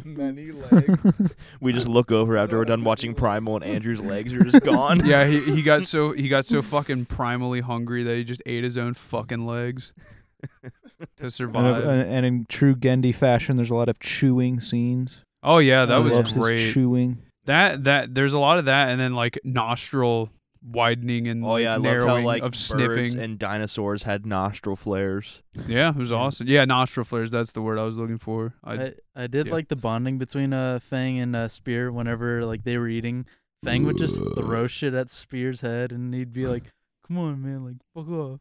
Speaker 7: Many legs.
Speaker 1: we just look over after we're done watching Primal, and Andrew's legs are just gone.
Speaker 4: yeah, he, he got so he got so fucking primally hungry that he just ate his own fucking legs to
Speaker 3: And, if-
Speaker 4: survive.
Speaker 3: and, and in true Gendy fashion, there's a lot of chewing scenes.
Speaker 4: Oh yeah, that
Speaker 2: I
Speaker 3: He
Speaker 4: was
Speaker 3: loves his
Speaker 4: great.
Speaker 3: chewing.
Speaker 4: That that there's a lot of that, and then like nostril widening and
Speaker 1: Oh yeah, I loved
Speaker 4: narrowing
Speaker 1: how like
Speaker 4: of
Speaker 1: birds
Speaker 4: sniffing.
Speaker 1: and dinosaurs had nostril flares.
Speaker 4: yeah, it was awesome. Yeah, nostril flares. That's the word I was looking for. I,
Speaker 2: I, I did
Speaker 4: yeah.
Speaker 2: like the bonding between uh Fang and uh, Spear whenever like they were eating. Fang would just throw shit at Spear's head, and he'd be like, "Come on, man, like fuck off."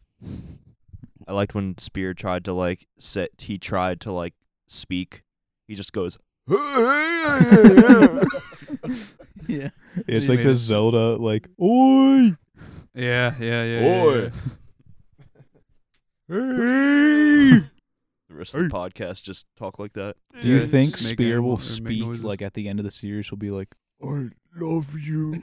Speaker 1: I liked when Spear tried to like sit. He tried to like speak. He just goes.
Speaker 2: yeah,
Speaker 3: It's
Speaker 4: She
Speaker 3: like
Speaker 4: made
Speaker 3: the
Speaker 4: it-
Speaker 3: Zelda, like oi.
Speaker 4: yeah, yeah, yeah. yeah, yeah.
Speaker 1: Oi. the rest of the podcast just talk like that.
Speaker 3: Do you
Speaker 4: Yeah,
Speaker 3: think
Speaker 4: just make
Speaker 3: Spear will
Speaker 4: animals- or make
Speaker 3: speak
Speaker 4: noises.
Speaker 3: like at the end of the series? He'll be like, "I love you."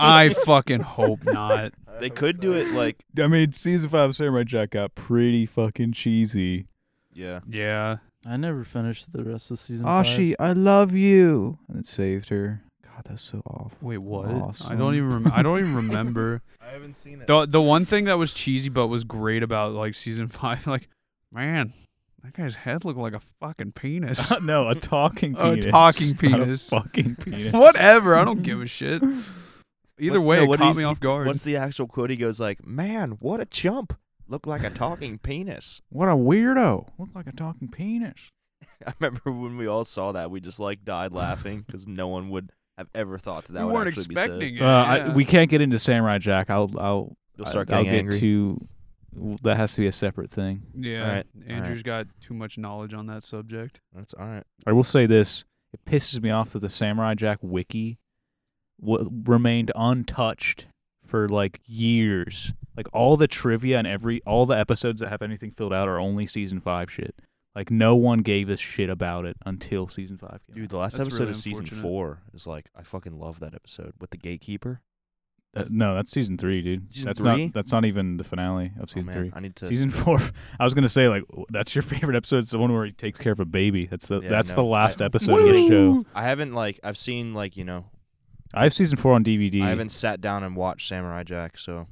Speaker 4: I fucking hope not.
Speaker 1: They could do it like
Speaker 3: I mean, season five Samurai Jack got pretty fucking cheesy.
Speaker 1: yeah.
Speaker 4: Yeah,
Speaker 2: I never finished the rest of season. five.
Speaker 3: Ashi, I love you, and it saved her. God, that's so awful.
Speaker 4: Wait, what? I
Speaker 3: Awesome.
Speaker 4: don't even. Rem- I don't even remember.
Speaker 7: I haven't seen it.
Speaker 4: the The one thing that was cheesy but was great about like season five, like, man, that guy's head looked like a fucking penis.
Speaker 3: no, a talking
Speaker 4: A
Speaker 3: penis.
Speaker 4: talking
Speaker 3: not a
Speaker 4: penis.
Speaker 3: fucking penis.
Speaker 4: Whatever. I don't give a shit. Either
Speaker 1: What-
Speaker 4: way,
Speaker 1: no,
Speaker 4: it
Speaker 1: what
Speaker 4: caught
Speaker 1: is-
Speaker 4: me off guard.
Speaker 1: What's the actual quote? He goes like, "Man, what a chump! Look like a talking penis."
Speaker 3: What a weirdo! Looked like a talking penis.
Speaker 1: I remember when we all saw that, we just like died laughing because no one would have ever thought that that
Speaker 4: we
Speaker 1: would
Speaker 4: weren't
Speaker 1: actually
Speaker 4: expecting
Speaker 1: be
Speaker 4: it.
Speaker 3: Uh, I,
Speaker 4: yeah.
Speaker 3: we can't get into Samurai Jack. I'll, I'll,
Speaker 1: said. You'll start
Speaker 3: I- I'll
Speaker 1: getting angry.
Speaker 3: get too. That has to be a separate thing.
Speaker 4: Yeah,
Speaker 1: All right,
Speaker 4: Andrew's got too much knowledge on that subject.
Speaker 1: That's all right.
Speaker 3: I will say this: it pisses me off that the Samurai Jack wiki w- remained untouched for like years. Like all the trivia and every all the episodes that have anything filled out are only season five shit. Like no one gave a shit about it until season five came. out.
Speaker 1: Dude, the last
Speaker 4: That's
Speaker 1: episode
Speaker 4: really
Speaker 1: of season
Speaker 4: unfortunate.
Speaker 1: four is like I fucking love that episode with the gatekeeper. Oh,
Speaker 3: That- no, that's season three, dude.
Speaker 1: Season
Speaker 3: that's
Speaker 1: three?
Speaker 3: not that's not even the finale of season
Speaker 1: oh, man,
Speaker 3: three.
Speaker 1: I need to.
Speaker 3: Season four. I was gonna say like w- that's your favorite episode. It's the one where he takes care of a baby. That's the
Speaker 1: Yeah,
Speaker 3: that's
Speaker 1: no,
Speaker 3: the
Speaker 1: I-
Speaker 3: last episode of the show.
Speaker 1: I haven't like I've seen like you know
Speaker 3: I have season four on DVD.
Speaker 1: I haven't sat down and watched Samurai Jack, so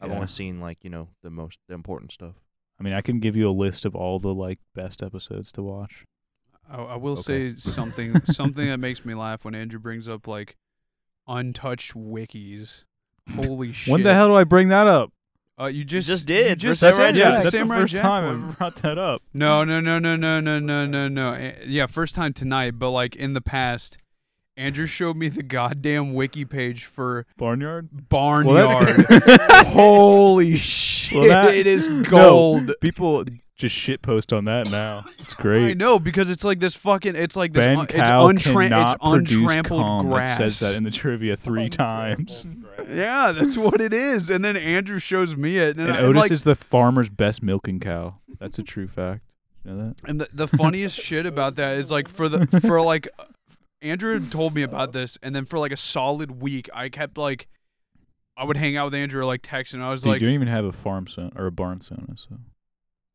Speaker 1: I've
Speaker 3: Yeah.
Speaker 1: only seen like you know the most the important stuff.
Speaker 3: I mean, I can give you a list of all the like best episodes to watch.
Speaker 4: I, I will
Speaker 1: Okay.
Speaker 4: say something something that makes me laugh when Andrew brings up like untouched wikis. Holy shit!
Speaker 3: When the hell do I bring that up?
Speaker 4: Uh, you just
Speaker 1: just
Speaker 4: You
Speaker 1: did,
Speaker 4: just
Speaker 1: for Samurai
Speaker 4: said
Speaker 1: Jack.
Speaker 4: the
Speaker 3: that's
Speaker 4: Samurai
Speaker 3: the first
Speaker 4: Jack
Speaker 3: time I
Speaker 4: one.
Speaker 3: have brought that up.
Speaker 4: No, no, no, no, no, no, no, no, no. A- Yeah, first time tonight, but like in the past, Andrew showed me the goddamn wiki page for
Speaker 3: Barnyard.
Speaker 4: Barnyard.
Speaker 3: that-
Speaker 4: Holy shit!
Speaker 3: that-
Speaker 4: it is
Speaker 3: no,
Speaker 4: gold.
Speaker 3: People just shit post on that now. It's great.
Speaker 4: I know because it's like this fucking. It's like this.
Speaker 3: Ben
Speaker 4: un- it's,
Speaker 3: Cow
Speaker 4: untram-
Speaker 3: cannot
Speaker 4: it's
Speaker 3: produce
Speaker 4: untrampled
Speaker 3: calm.
Speaker 4: grass.
Speaker 3: That says that in the trivia three times.
Speaker 4: yeah, that's what it is. And then Andrew shows me it, and,
Speaker 3: And
Speaker 4: I,
Speaker 3: Otis
Speaker 4: like,
Speaker 3: is the farmer's best milking cow. That's a true fact. You know that?
Speaker 4: And the, the funniest shit about that is like for the for like Andrew had told me
Speaker 3: Oh.
Speaker 4: about this, and then for like a solid week, I kept like I would hang out with Andrew like text, and I was
Speaker 3: Dude,
Speaker 4: like,
Speaker 3: you don't even have a farm son or a barn sauna, so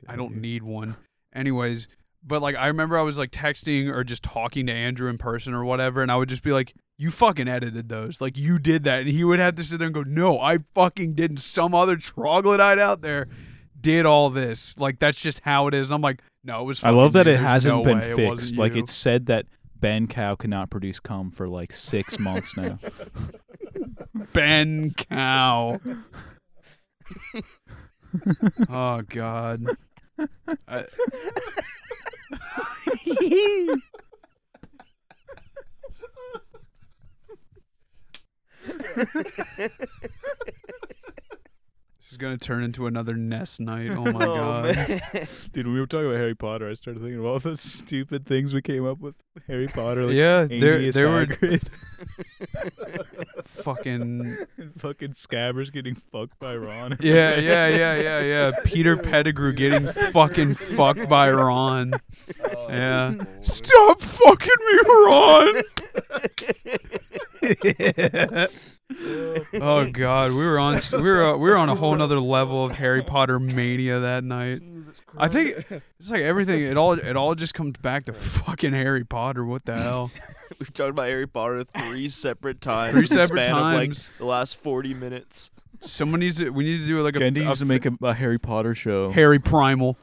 Speaker 4: I don't need one. Anyways, but like I remember I was like texting or just talking to Andrew in person or whatever, and I would just be like, "You fucking edited those, like you did that," and he would have to sit there and go, "No, I fucking didn't." Some other troglodyte out there did all this. Like that's just how it is. And I'm like, "No, it was."
Speaker 3: I love
Speaker 4: fucking
Speaker 3: that
Speaker 4: you.
Speaker 3: it
Speaker 4: There's
Speaker 3: hasn't
Speaker 4: no
Speaker 3: been
Speaker 4: way it wasn't
Speaker 3: fixed. like
Speaker 4: you."
Speaker 3: it's said that Ben Cow cannot produce cum for like six months now.
Speaker 4: Ben Cow. oh God. I- this is gonna turn into another Nest night. Oh my God.
Speaker 3: Dude, when we were talking about Harry Potter, I started thinking of all those stupid things we came up with Harry Potter. Like
Speaker 4: yeah, there
Speaker 3: Aeneas
Speaker 4: there were
Speaker 3: Hagrid
Speaker 4: fucking
Speaker 3: and fucking Scabbers getting fucked by Ron.
Speaker 4: yeah yeah yeah yeah yeah. Peter Pettigrew getting fucking fucked by Ron. Yeah. Stop fucking me, Ron. Oh God, we were on s- we were uh, we were on a whole nother level of Harry Potter mania that night. I think it's like everything. It all it all just comes back to fucking Harry Potter. What the hell?
Speaker 1: We've talked about Harry Potter three separate times.
Speaker 4: Three
Speaker 1: in the
Speaker 4: separate
Speaker 1: span of, like,
Speaker 4: times.
Speaker 1: the last forty minutes.
Speaker 4: Someone needs to. We need to do like a,
Speaker 2: Gandhi
Speaker 4: a
Speaker 2: used to
Speaker 4: f-
Speaker 2: make a, a Harry Potter show.
Speaker 4: Harry Primal.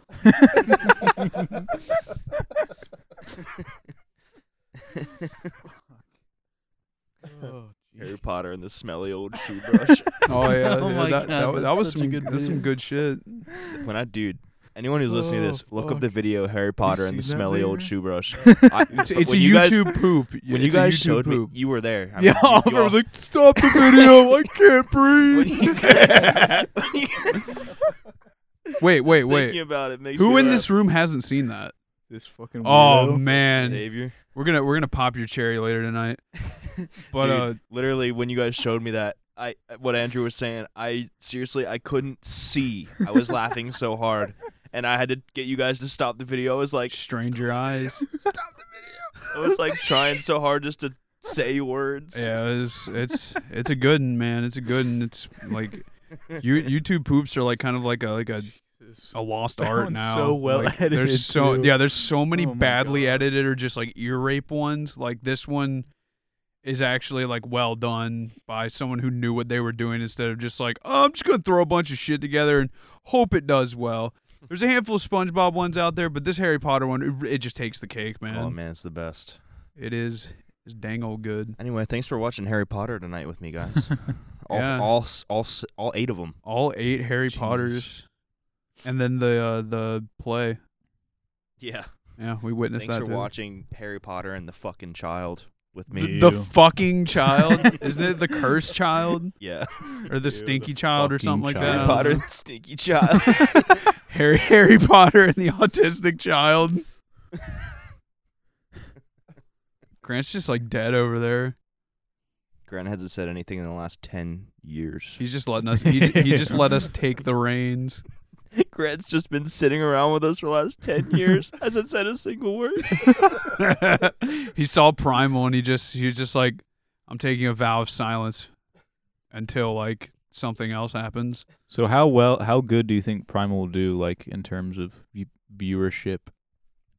Speaker 1: Harry Potter and the smelly old shoe brush.
Speaker 4: Oh yeah,
Speaker 2: Oh
Speaker 4: yeah,
Speaker 2: my
Speaker 4: that, that,
Speaker 2: God,
Speaker 4: was- that
Speaker 2: that's
Speaker 4: was
Speaker 2: such a
Speaker 4: some
Speaker 2: good
Speaker 4: that's some
Speaker 2: video.
Speaker 4: good shit.
Speaker 1: when I dude, anyone who's listening to this,
Speaker 7: Oh,
Speaker 1: look up
Speaker 7: fuck.
Speaker 1: the video Harry Potter and the
Speaker 7: seen that
Speaker 1: smelly old
Speaker 7: video?
Speaker 1: shoe brush. I- but
Speaker 4: It's, it's a
Speaker 1: when you guys-
Speaker 4: YouTube poop.
Speaker 1: When
Speaker 4: It's
Speaker 1: you
Speaker 4: a
Speaker 1: guys
Speaker 4: YouTube
Speaker 1: showed
Speaker 4: poop.
Speaker 1: me, you were there. I mean,
Speaker 3: yeah,
Speaker 1: you- you
Speaker 3: Oliver
Speaker 1: all-
Speaker 3: was like, "Stop the video! I can't
Speaker 1: when
Speaker 3: breathe."
Speaker 1: you guys, when you guys-
Speaker 4: wait, wait,
Speaker 1: just
Speaker 4: wait.
Speaker 1: Thinking about it makes
Speaker 4: Who
Speaker 1: me
Speaker 4: in
Speaker 1: laugh.
Speaker 4: this room hasn't seen that?
Speaker 3: This fucking
Speaker 4: Oh
Speaker 3: weirdo.
Speaker 4: man,
Speaker 1: Xavier?
Speaker 4: we're gonna we're gonna pop your cherry later tonight. But
Speaker 1: Dude,
Speaker 4: uh,
Speaker 1: literally, when you guys showed me that, I what Andrew was saying, I seriously I couldn't see. I was laughing so hard, and I had to get you guys to stop the video. I was like,
Speaker 4: stranger eyes.
Speaker 1: I was like trying so hard just to say words.
Speaker 4: Yeah, it's it's it's a good one, man. It's a good one. It's like you YouTube poops are like kind of like a like a, a lost
Speaker 3: That
Speaker 4: art
Speaker 3: one's
Speaker 4: now.
Speaker 3: so well
Speaker 4: Like,
Speaker 3: edited,
Speaker 4: There's so
Speaker 3: too.
Speaker 4: yeah, there's so many
Speaker 3: Oh my
Speaker 4: badly
Speaker 3: God.
Speaker 4: edited or just like ear rape ones. Like this one is actually like well done by someone who knew what they were doing instead of just like oh, I'm just gonna throw a bunch of shit together and hope it does well. There's a handful of SpongeBob ones out there, but this Harry Potter one, it, it just takes the cake, man.
Speaker 1: Oh man, it's the best.
Speaker 4: It is, it's dang old good.
Speaker 1: Anyway, thanks for watching Harry Potter tonight with me, guys. all,
Speaker 4: Yeah.
Speaker 1: all s- all s- all eight of them.
Speaker 4: all eight Harry Potters, and then the uh, the play.
Speaker 1: Yeah.
Speaker 4: Yeah, we witnessed
Speaker 1: thanks
Speaker 4: that.
Speaker 1: for
Speaker 4: too.
Speaker 1: watching Harry Potter and the fucking child with me.
Speaker 4: The, the fucking child, isn't it? The cursed child
Speaker 1: yeah.
Speaker 4: or the
Speaker 3: the
Speaker 4: stinky child or something like
Speaker 1: Harry
Speaker 3: fucking
Speaker 4: that. I don't
Speaker 1: Potter and
Speaker 4: know.
Speaker 1: the stinky child.
Speaker 4: Harry Harry Potter and the autistic child. Grant's just like dead over there.
Speaker 1: Grant hasn't said anything in the last ten years.
Speaker 4: He's just letting us. He, he just let us take the reins.
Speaker 1: Grant's just been sitting around with us for the last ten years, hasn't said a single word.
Speaker 4: he saw Primal and he just he was just like, I'm taking a vow of silence until like something else happens.
Speaker 10: So how well, how good do you think Primal will do, like in terms of v- viewership?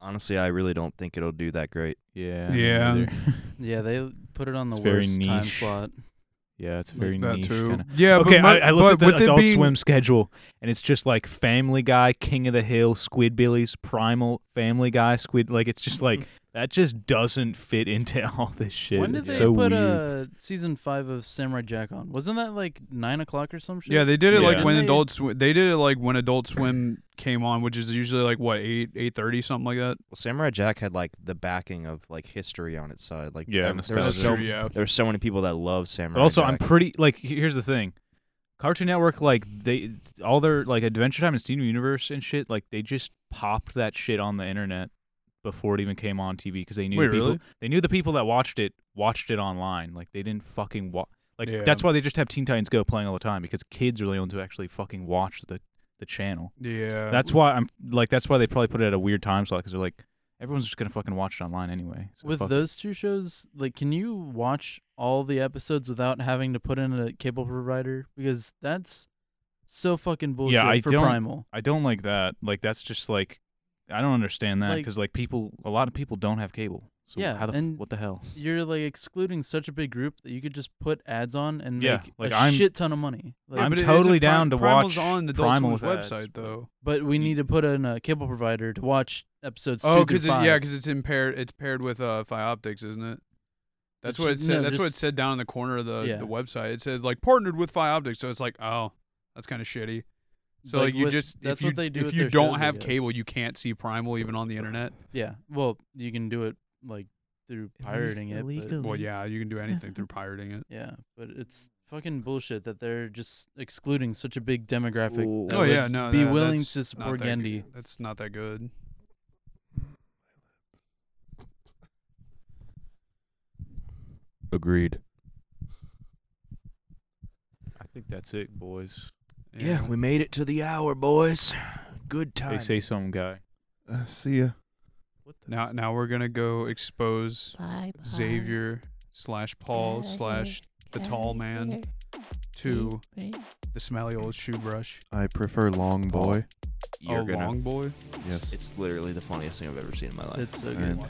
Speaker 1: Honestly, I really don't think it'll do that great.
Speaker 10: Yeah. I don't
Speaker 4: Yeah.
Speaker 10: either.
Speaker 2: Yeah, they put it on the
Speaker 10: It's very
Speaker 2: worst time
Speaker 10: niche.
Speaker 2: slot.
Speaker 10: yeah, it's a
Speaker 4: Like
Speaker 10: very
Speaker 4: that
Speaker 10: niche
Speaker 4: too.
Speaker 10: kind of.
Speaker 4: Yeah.
Speaker 10: okay,
Speaker 4: but my-
Speaker 10: I, I looked
Speaker 4: but
Speaker 10: at
Speaker 4: with
Speaker 10: the
Speaker 4: it
Speaker 10: Adult
Speaker 4: being-
Speaker 10: Swim schedule, and it's just like Family Guy, King of the Hill, Squidbillies, Primal, Family Guy, Squid. Like it's just like that just doesn't fit into all this shit.
Speaker 2: when did
Speaker 10: it's
Speaker 2: they
Speaker 10: so
Speaker 2: put
Speaker 10: weird.
Speaker 2: uh season five of Samurai Jack on? Wasn't that like nine o'clock or some shit?
Speaker 4: Yeah, they did it
Speaker 10: Yeah.
Speaker 4: like when
Speaker 2: Didn't they-
Speaker 4: Adult Swim. They did it like when Adult Swim came on, which is usually like what eight eight thirty something like that.
Speaker 1: Well, Samurai Jack had like the backing of like history on its side. Like there,
Speaker 10: Yeah,
Speaker 1: there was
Speaker 10: nostalgia.
Speaker 1: so,
Speaker 4: True, yeah.
Speaker 1: there were so many people that loved Samurai.
Speaker 10: But also,
Speaker 1: Jack.
Speaker 10: I'm pretty like. he- Here's the thing, Cartoon Network, like they all their like Adventure Time and Steven Universe and shit, like they just popped that shit on the internet before it even came on TV because they knew
Speaker 4: Wait,
Speaker 10: the people.
Speaker 4: really?
Speaker 10: They knew the people that watched it watched it online. Like they didn't fucking watch. Like
Speaker 4: Yeah.
Speaker 10: that's why they just have Teen Titans Go playing all the time because kids are the only ones who actually fucking watch the the channel.
Speaker 4: Yeah.
Speaker 10: That's why I'm like that's why they probably put it at a weird time slot because they're like everyone's just gonna fucking watch it online anyway. So
Speaker 2: With
Speaker 10: fuck it.
Speaker 2: those two shows, like, can you watch all the episodes without having to put in a cable provider? Because that's so fucking bullshit
Speaker 10: I
Speaker 2: for
Speaker 10: don't-
Speaker 2: Primal.
Speaker 10: I don't like that. Like that's just like I don't understand that
Speaker 2: Like-
Speaker 10: because like, people, a lot of people don't have cable. So
Speaker 2: Yeah,
Speaker 10: how the f-
Speaker 2: and
Speaker 10: what the hell?
Speaker 2: You're like excluding such a big group that you could just put ads on and
Speaker 10: Yeah,
Speaker 2: make
Speaker 10: like,
Speaker 2: a
Speaker 10: I'm-
Speaker 2: shit ton of money. Like,
Speaker 4: Yeah,
Speaker 10: I'm
Speaker 4: but it
Speaker 10: totally
Speaker 4: isn't Prim-
Speaker 10: down to
Speaker 4: Primal's
Speaker 10: watch
Speaker 4: on Adult
Speaker 10: Primal
Speaker 4: Swim's
Speaker 10: with ads.
Speaker 4: website though.
Speaker 2: but we need to put in a cable provider to watch episodes.
Speaker 4: Oh,
Speaker 2: because
Speaker 4: because yeah, because it's impaired. It's paired with uh, Fioptics, isn't it? That's
Speaker 2: It's
Speaker 4: what it
Speaker 2: just-
Speaker 4: said.
Speaker 2: no,
Speaker 4: that's what it
Speaker 2: just-
Speaker 4: said down in the corner of the,
Speaker 2: Yeah.
Speaker 4: the website. It says like partnered with Fioptics, so it's like oh, that's kind of shitty. So like,
Speaker 2: Like,
Speaker 4: you
Speaker 2: with-
Speaker 4: just if
Speaker 2: that's
Speaker 4: you,
Speaker 2: what they do
Speaker 4: if
Speaker 2: with
Speaker 4: you
Speaker 2: their
Speaker 4: don't
Speaker 2: shows, I
Speaker 4: have
Speaker 2: guess.
Speaker 4: cable, you can't see Primal even on the internet.
Speaker 2: yeah. Well, you can do it like through pirating it. but-
Speaker 4: Well, yeah, you can do anything through pirating it.
Speaker 2: Yeah, but it's fucking bullshit that they're just excluding such a big demographic.
Speaker 1: Ooh.
Speaker 2: that
Speaker 4: Oh yeah,
Speaker 2: would
Speaker 4: no.
Speaker 2: be
Speaker 4: that-
Speaker 2: willing
Speaker 4: that's
Speaker 2: to
Speaker 4: not
Speaker 2: support
Speaker 4: that
Speaker 2: Gendy.
Speaker 4: good. That's not that good.
Speaker 1: agreed.
Speaker 10: I think that's it, boys.
Speaker 1: Yeah, we made it to the hour, boys. Good time.
Speaker 10: They say some guy.
Speaker 7: Uh, see ya.
Speaker 4: Now now we're gonna go expose Xavier slash Paul slash the tall man to the smelly old shoe brush.
Speaker 7: I prefer long boy.
Speaker 1: You're
Speaker 4: oh,
Speaker 1: gonna.
Speaker 4: long boy.
Speaker 7: Yes.
Speaker 1: It's literally the funniest thing I've ever seen in my life.
Speaker 2: That's so good.
Speaker 7: And-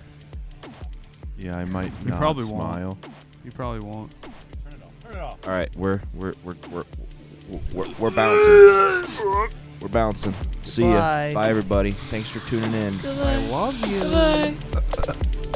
Speaker 7: yeah, I might
Speaker 4: We
Speaker 7: not
Speaker 4: probably won't.
Speaker 7: smile.
Speaker 4: You probably won't.
Speaker 1: All right, we're we're we're we're we're, we're bouncing. We're bouncing. See ya. Bye everybody. Thanks for tuning in.
Speaker 2: I love you.